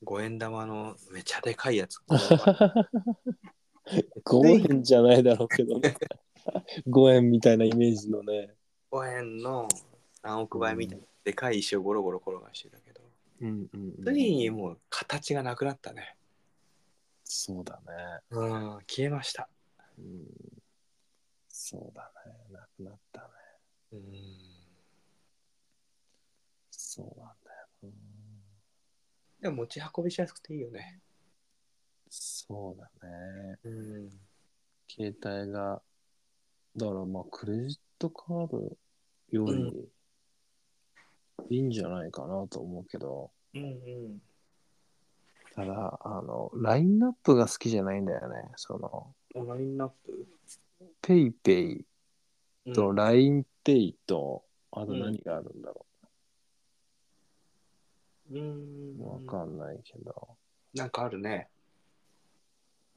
五円玉のめちゃでかいや つ。 5円じゃないだろうけど ね。5円みたいなイメージのね。五円の何億倍みたいなでかい石をゴロゴロ転がしてたけど、うんうん、ついにもう形がなくなったね。そうだね。うん、消えました。うんそうだね。なくなったね。うん、そうなんだよな。でも持ち運びしやすくていいよね。そうだね。うん、携帯が、だからまあ、クレジットカードよりいいんじゃないかなと思うけど、うん、うん。ただ、あの、ラインナップが好きじゃないんだよね。その、ラインナップ。ペイペイうんと LINEPay と、あと何があるんだろうんう。わ、かんないけど。なんかあるね。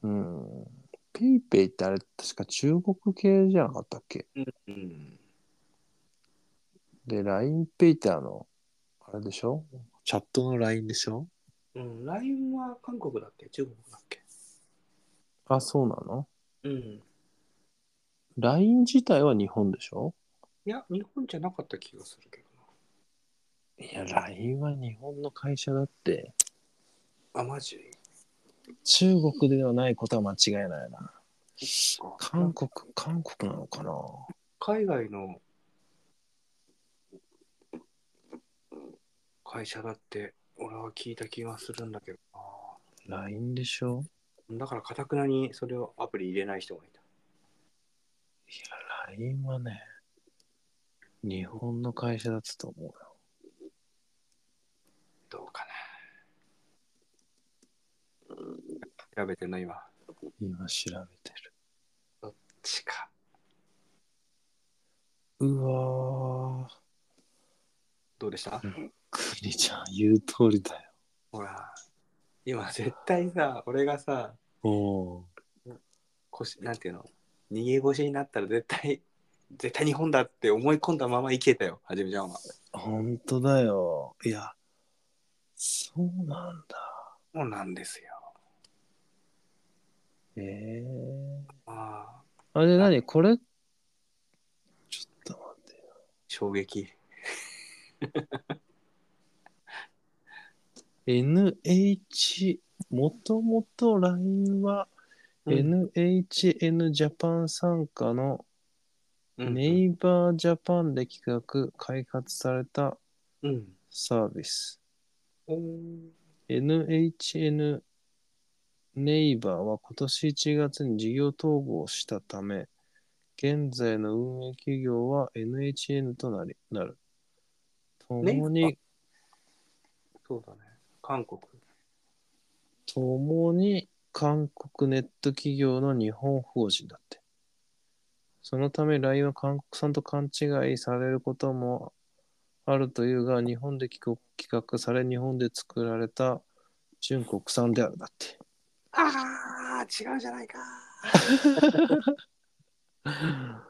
うん。ペイペイってあれ、確か中国系じゃなかったっけうん。で、LINEPay ってあの、あれでしょチャットの LINE でしょうん、LINE は韓国だっけ中国だっけあ、そうなのうん。 ?LINE 自体は日本でしょいや、日本じゃなかった気がするけどいや、LINE は日本の会社だって、な。あ、マジ中国ではないことは間違いないな。韓国、韓国なのかな海外の会社だって俺は聞いた気がするんだけど ?LINE でしょなだからかたくなにそれをアプリ入れない人がいた。いや、LINE はね、日本の会社だったと思うよ。どうかな。調べてんの今。今調べてる。地下。うわー、どうでした、クリちゃん言う通りだよ。ほら。今絶対さ、俺がさ、おー腰なんていうの逃げ腰になったら絶対絶対日本だって思い込んだまま生きてたよはじめちゃんは本当だよ。いや、そうなんだ。そうなんですよええあああれ何これちょっと待ってよ。衝撃 NH、もともと LINE はうん NHN ジャパン傘下のネイバージャパンで企画、開発されたうんサービス。うん、 NHN ネイバーは今年1月に事業統合したため、現在の運営企業は NHN となりなる。共ネイバにー、そうだね韓国共に韓国ネット企業の日本法人だって。そのため LINE は韓国産と勘違いされることもあるというが、日本で企画企画され、日本で作られた純国産であるだって。ああ違うじ ゃないかま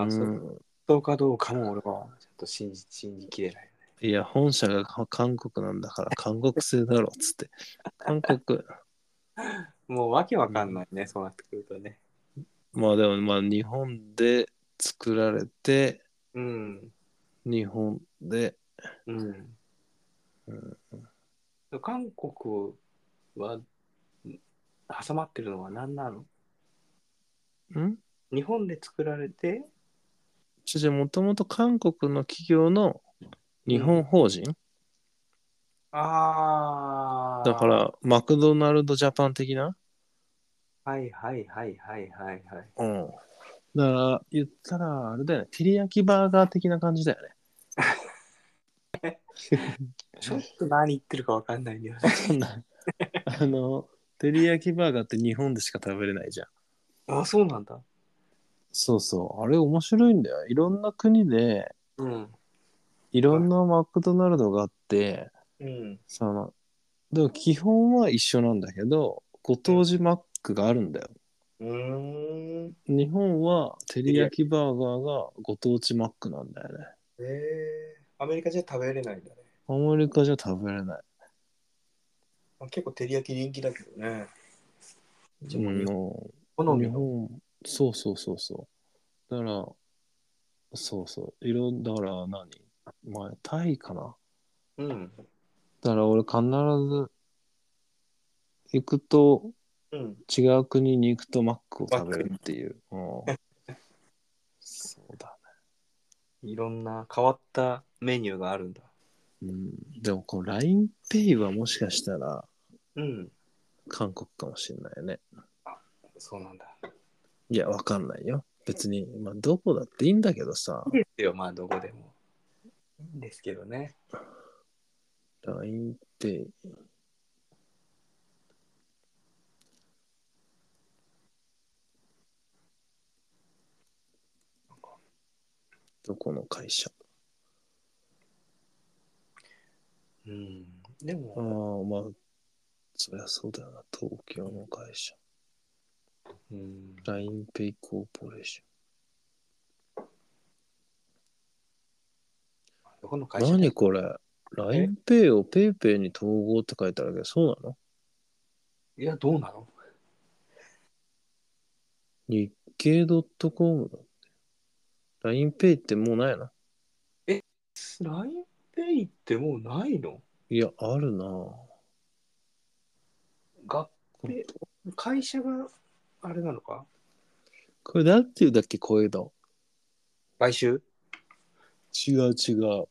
あ、うんそうそうかどうかも俺はちょっと信じ信じきれないいや、本社がか韓国なんだ から、韓国製だろ、つって。韓国、もうわけわかんないね、そうなってくるとねまあでも、まあ日本で作られて、うん日本で、うんうん韓国は挟まってるのは何なのん日本で作られてちょじゃもともと韓国の企業の日本法人、ああだからマクドナルドジャパン的なはいはいはいはいはいはいうん。だから、言ったら、あれだよね。照り焼きバーガー的な感じだよね。 ちょっと何言ってるかわかんないんだよねそんな。あの、照り焼きバーガーって日本でしか食べれないじゃん。 あそうなんだそうそう。あれ面白いんだよ。いろんな国で、うんいろんなマクドナルドがあって、うんその、でも基本は一緒なんだけど、ご当地マックがあるんだよ。うーん日本は照り焼きバーガーがご当地マックなんだよね。ええアメリカじゃ食べれないんだね、アメリカじゃ食べれない。まあ、結構照り焼き人気だけどねじゃあもう日うん本日の本そうそうそうそうだからそうそういろんだから何前タイかなうんだから俺必ず行くとうん違う国に行くとマックを食べるっていう、うん、そうだいろんな変わったメニューがあるんだね、うん、でもこの LINEPay はもしかしたらうん韓国かもしれないねそうなんだいやわかんないよ別に、まあ、どこだっていいんだけどさいいですよまあどこでもいいんですけどね LINEPay どこの会社うんあであも、まあそりゃそうだよな東京の会社うん、 LINEPay コーポレーシどこのョ会ン社何これ LINEPay を PayPay に統合って書いてあるけどそうなのいや、どうなの日経 .com だって LINEPay ってもうないの ?LINEPay ってもうないのいやあるなぁが会社があれなのかこれなんていうんだっけこういうの買収違う違う。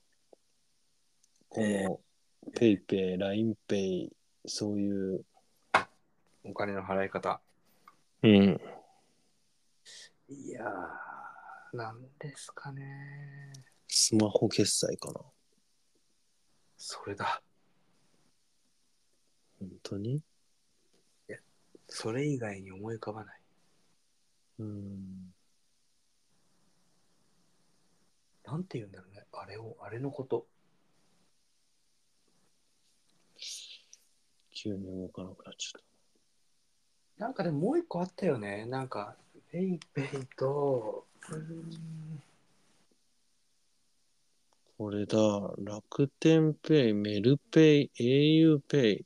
こえの、ペイペイ、ラインペイ、そういう。お金の払い方。うん。いやー、なんですかね。スマホ決済かな。それだ。本当にそれ以外に思い浮かばない。うん。なんて言うんだろうね。あれを、あれのこと。急に動かなくなっちゃっなんかでももう一個あったよね。なんか、ペイペイと、うーんた。これだ。楽天ペイ、メルペイ、au ペイ。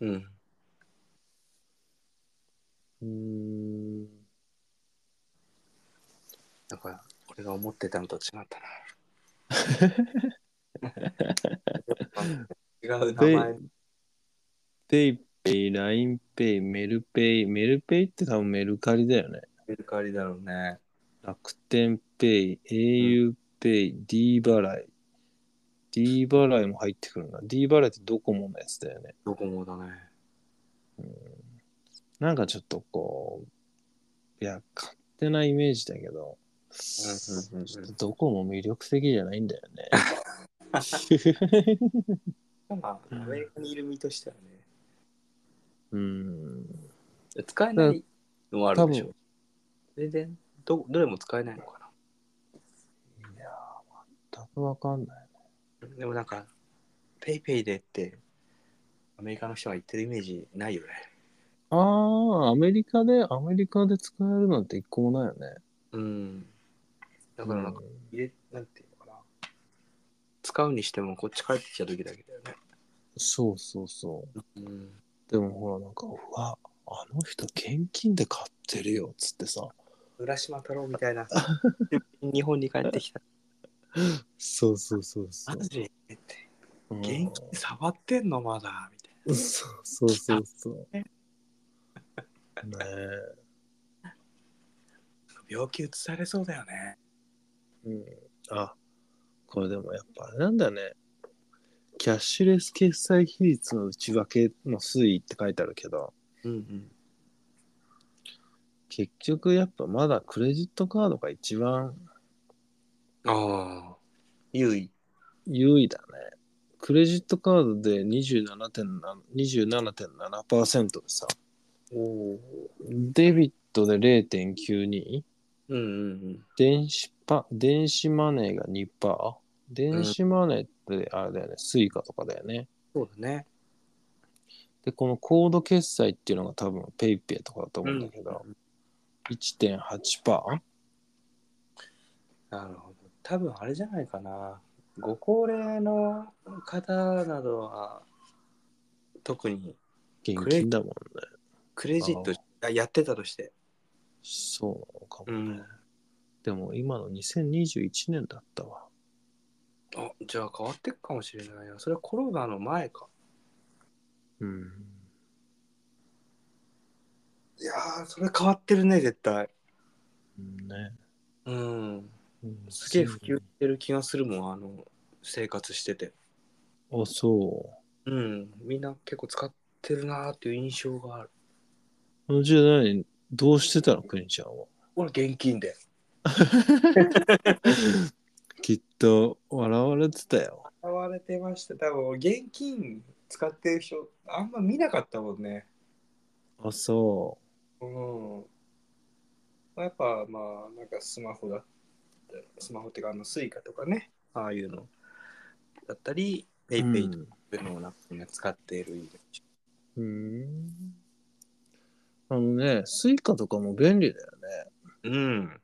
うん。うん。なんか、俺が思ってたのと違った な。違う名前。ペイペイ、ラインペイ、メルペイ。メルペイって多分メルカリだよね。メルカリだろうね。楽天ペイ、au ペイ、d 払い。d 払いも入ってくるな。d 払いってドコモのやつだよね。ドコモだね。なんかちょっとこう、いや、勝手なイメージだけど、うんうんうんうんちょっとドコモ魅力的じゃないんだよね。まあ、アメリカにいる身としてはね、うん。使えないのはあるでし多ょ。全然ど、どれも使えないのか全くわかんない。な。でもなんか、ペイペイでって、アメリカの人が言ってるイメージないよね。ああ、アメリカで、アメリカで使えるなんて一個もないよね。うん。だからなんか、うん入れ、なんていうのかな。使うにしても、こっち帰ってきた時だけだよね。そうそうそう。うん。でもほらなんか、うわ、あの人現金で買ってるよっつってさ。浦島太郎みたい な。日本に帰ってきた。そうそうそうそマう。ジって。うん元気触ってんのまだみたいそうそうそうそう。ねえ。な病気移されそうだよねうん、あ、これでもやっぱあれなんだね。キャッシュレス決済比率の内訳の推移って書いてあるけど、うんうん結局やっぱまだクレジットカードが一番ああ優位優位だね。クレジットカードで 27.7- 27.7%でさ、おおデビットで0.92、うんうん電子パ、電子マネーが2%、電子マネーってあれだよね、スイカとかだよね。そうだねで、このコード決済っていうのが多分 PayPay ペイペイとかだと思うんだけど、1.8%? なるほど多分あれじゃないかなご高齢の方などは特に現金だもんね。クレジットあやってたとしてそうなのかも。んでも今の2021年だったわ。あじゃあ変わってくかもしれないなそれはコロナの前かうん。いやーそれ変わってるね絶対うんね。うんうんすげえ普及してる気がするもんあの生活しててあ、そうんみんな結構使ってるなーっていう印象があるう。じゃあ何どうしてたの、くにちゃんは。俺現金できっと笑われてたよ。買われてました多分現金使ってる人あんま見なかったもんねあ、そうんまあやっぱまあなんかスマホだスマホっていうかあのスイカとかねああいうのだったりペう。イペイうとんいうのをなんかみんな使っているイメージうん。あのね、スイカとかも便利だよね。うん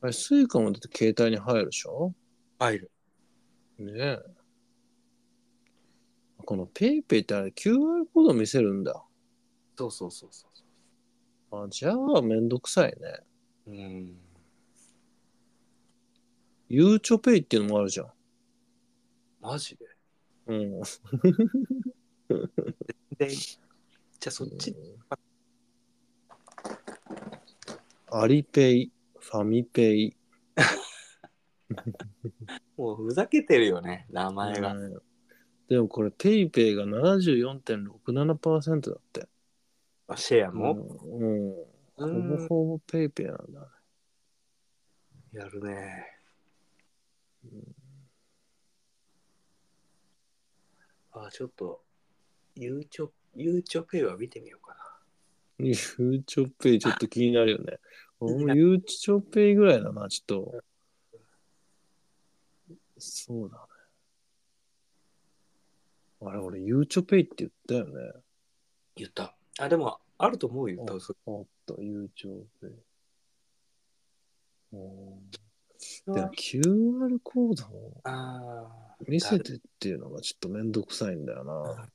あれ、スイカもだって携帯に入るでしょ入るねえ。この PayPay ペイペイってあれ QR コード見せるんだ。そうそうそうそうそあじゃあめんどくさいね。ううんゆうちょペイっていうのもあるじゃん。マジでうん。でじゃあそっちアリペイ、ファミペイ。もうふざけてるよね名前が、うんでもこれ PayPay ペイペイが74.67%だって。あシェアも、うん。うんほぼうんほぼ PayPay ペイペイなんだね。やるねあちょっとゆうちょゆうちょペイは見てみようかなゆうちょペイちょっと気になるよね。俺もゆうちょペイぐらいだな、ちょっと。そうだね。あれ、俺、ゆうちょペイって言ったよね。言ったあでもあると思うよあ多分そおっと、ゆうちょペイ。うんでも QR コードをあー見せてっていうのがちょっとめんどくさいんだよな。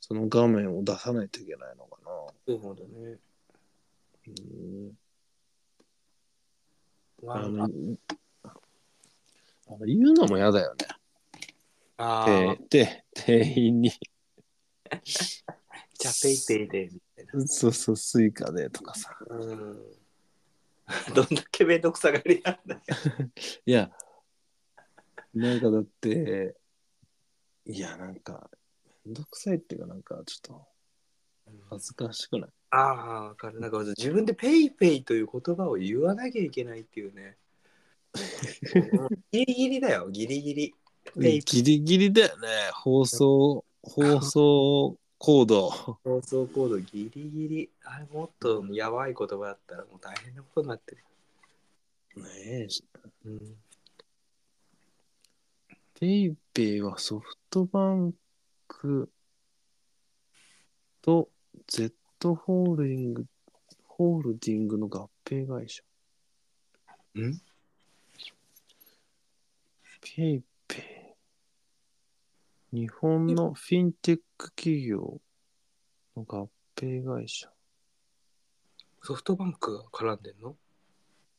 その画面を出さないといけないのかな。なるほどねうんまああの、あの言うのも嫌だよね。あーで、で、店員に、じゃあペイペイでみたいなそうそう、スイカでとかさ。うん どんだけめんどくさがりなんだよいや、なんかだって、いや、なんか、めんどくさいっていうか、なんか、ちょっと、恥ずかしくない。ああ、わかる。なんか自分でペイペイという言葉を言わなきゃいけないっていうね。ギリギリだよ、ギリギリ。ペイギリギリだよね。放送、放送コード。放送コードギリギリ。あれもっとやばい言葉だったらもう大変なことになってる。ねえ、うん、ペイペイはソフトバンクと Z ホールディング、ホールディングの合併会社。んペイペイ。日本のフィンテック企業の合併会社。ソフトバンクが絡んでんの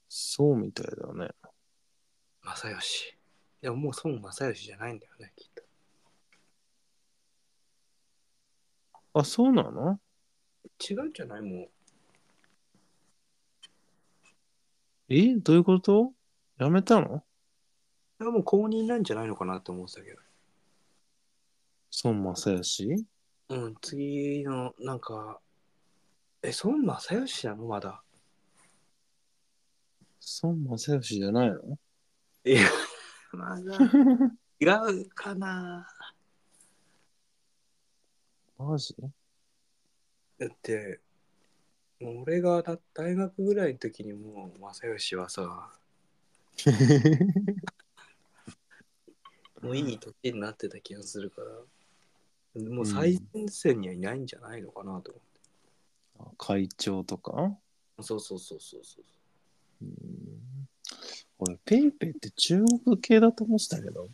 そうみたいだね。正義。いや、もう孫正義じゃないんだよね、きっと。あ、そうなの違うんじゃないもう。えどういうことやめたのいやもう公認なんじゃないのかなって思ってたけど。孫正義うん、次の、なんか、え、孫正義なのまだ。孫正義じゃないのいや、まだ、 違うかな。マジだって、もう俺がだ大学ぐらいの時にもう、正義は さ、もういい時になってた気がするから、もう最前線にはいないんじゃないのかなと思って。あ会長とかそうそうそうそうそうう。ん俺、ペイペイって中国系だと思ってたけど、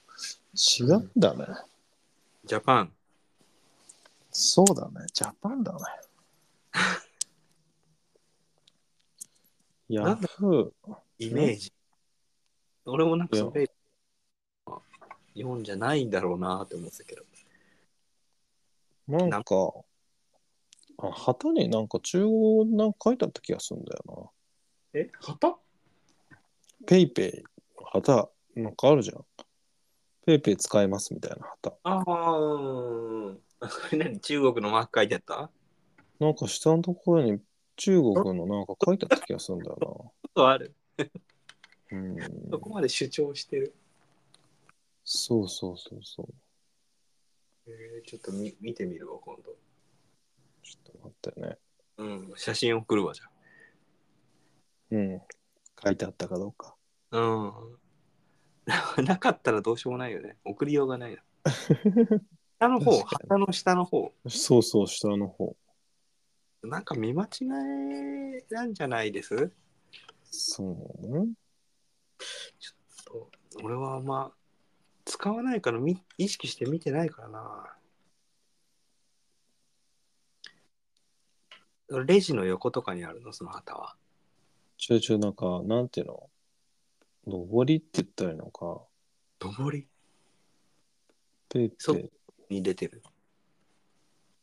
違うんだね。ジャパン。そうだね。ジャパンだね。ヤ なんだフー。イメージ。俺もなんかそれ、日本じゃないんだろうなって思ってたけど。なんか、あ旗になんか中国語なんか書いてあった気がするんだよえ、旗な。ペイペイ、旗、なんかあるじゃん。ペイペイ使いますみたいな旗。ああ、うん。 それ何中国のマーク書いてあったちょなんか下のところに中国のなんか書いてあった気がするんだよっとある。な。うん。そこまで主張してる。そうそうそうそう。えー、ちょっと見見てみるわ、今度。ちょっと待ってね。うん、写真送るわ、じゃうん。書いてあったかどうか。あうん。 なかったらどうしようもないよね。送りようが ないな。下の方、確旗の下の方。そうそう、下の方。なんか見間違えなんじゃないですそうなの俺はあんま使わないからみ意識して見てないからな。レジの横とかにあるのその旗は。ちょいちょいなんか、なんていうの上りって言ったらいいのか、上りペイペイ、ちそょっうに出てる。と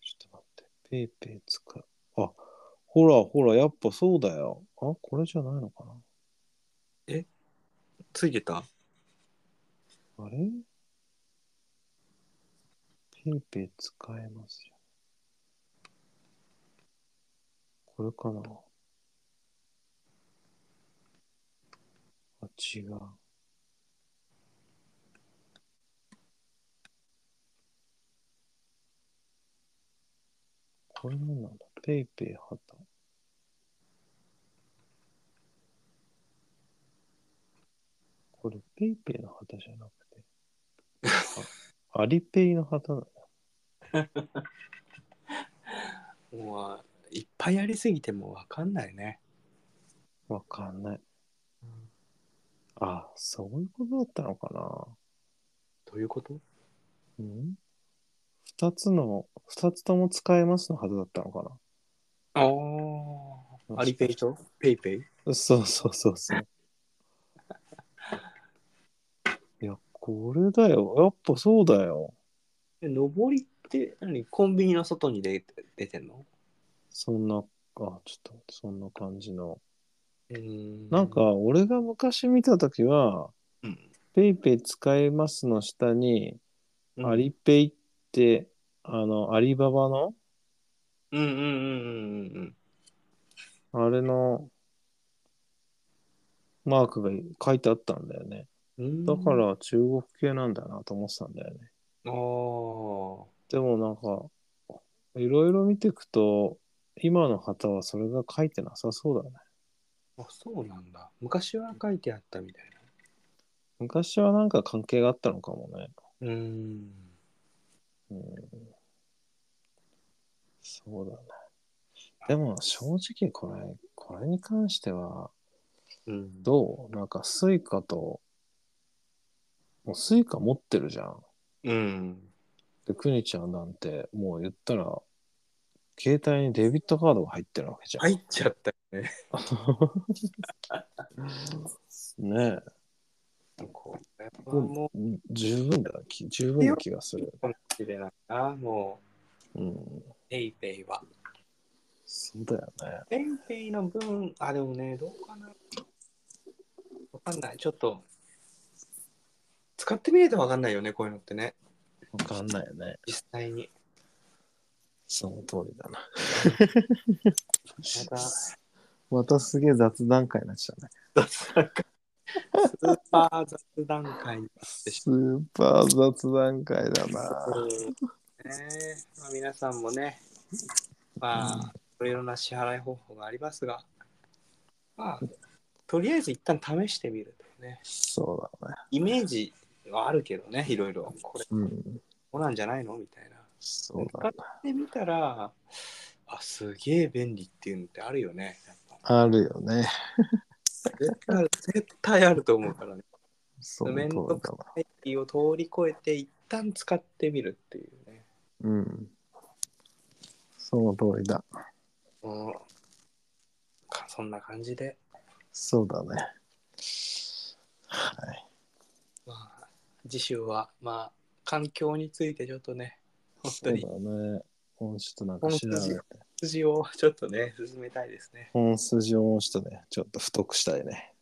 待って、ペイペイ使う。あ、ほらほら、やっぱそうだよ。あ、これじゃないのかついてたなあれペイペイ使えますよ。これかなあ、違う。これなんなんだペイペイ旗。これペイペイの旗じゃなくて、あアリペイの旗なの。もういっぱいありすぎてもうわかんないね。わかんない。あ、そういうことだったのかどういうことな。うん二つの、二つとも使えますの旗だったのかあな。あ。アリペイとペイペイそうそうそうそう。いや、これだよ。やっぱそうだよ。え上りって何コンビニの外に出て出てんのそんな、あ、ちょっと、そんな感じの。うんなんか、、俺が昔見たときは、うん、ペイペイ使えますの下に、アリペイって、あの、アリババの、うんうんうんうんうんうん。あれの、マークが書いてあったんだよね。だだか、ら中国系なんだなと思ってたんだよね。ああ、でもなんか、いろいろ見ていくと、今の旗はそれが書いてなさそうだね。あそうなんだ。昔は書いてあったみたい昔はなんか関係があったのかもね。な。うーん。うん、そうだね。でも正直これ、これに関しては、うん、どうなんかスイカと、もうスイカ持ってるじゃん。うん。で、くにちゃんなんて、もう言ったら、携帯にデビットカードが入ってるわけじゃん。入っちゃったよね。 ねえ、これはもうん十分だな、き十分な気がする。うかもしれないな。もうん。ペイペイは。そうだよね。ペイペイの分、あ、でもね、どうかな。わかんない。ちょっと、使ってみないとわかんないよね、こういうのってね。わかんないよね。実際に。その通りだ な。また、またすげえ雑談会になっちゃうね。スーパー雑談会になってしスーパー雑談会だまな。う。ねまあ、皆さんもね、まあ、いろいろな支払い方法がありますが、まあ、とりあえず一旦試してみるとね。そうだね。イメージはあるけどね、いろいろ。これ、うん。こうなんじゃないのみたいな。そうだね。で見たら、あ、すげえ便利っていうのってあるよね。やっぱあるよね。絶対ある絶対あると思うからね。そのめんど通りくださわ。いを通り越えて、一旦使ってみるっていうね。うん。その通りだ。うんかそんな感じで、そうだね。はい。まあ、次週は、まあ、環境についてちょっとね、本そ当うにだね。もうちょっとなんか調べて。筋をちょっとね、進めたいですね。本筋をもうちょっとね、ちょっと太くしたいね。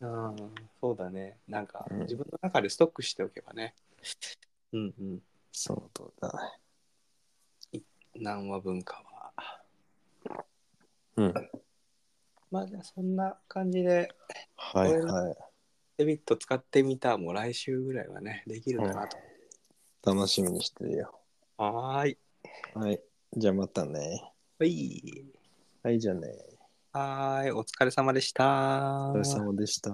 うん、そうだね。なんか、うん自分の中でストックしておけばね。うんうん。その通りだね。何話文化は。うん。まあ、じゃあそんな感じで、はいはデビット使ってみたもう来週ぐらいはね、できるかなと。い。楽しみにしてるよ。はーい。はい。じゃあまたね。はい。はい、じゃあね。はーい。お疲れ様でした。お疲れ様でした。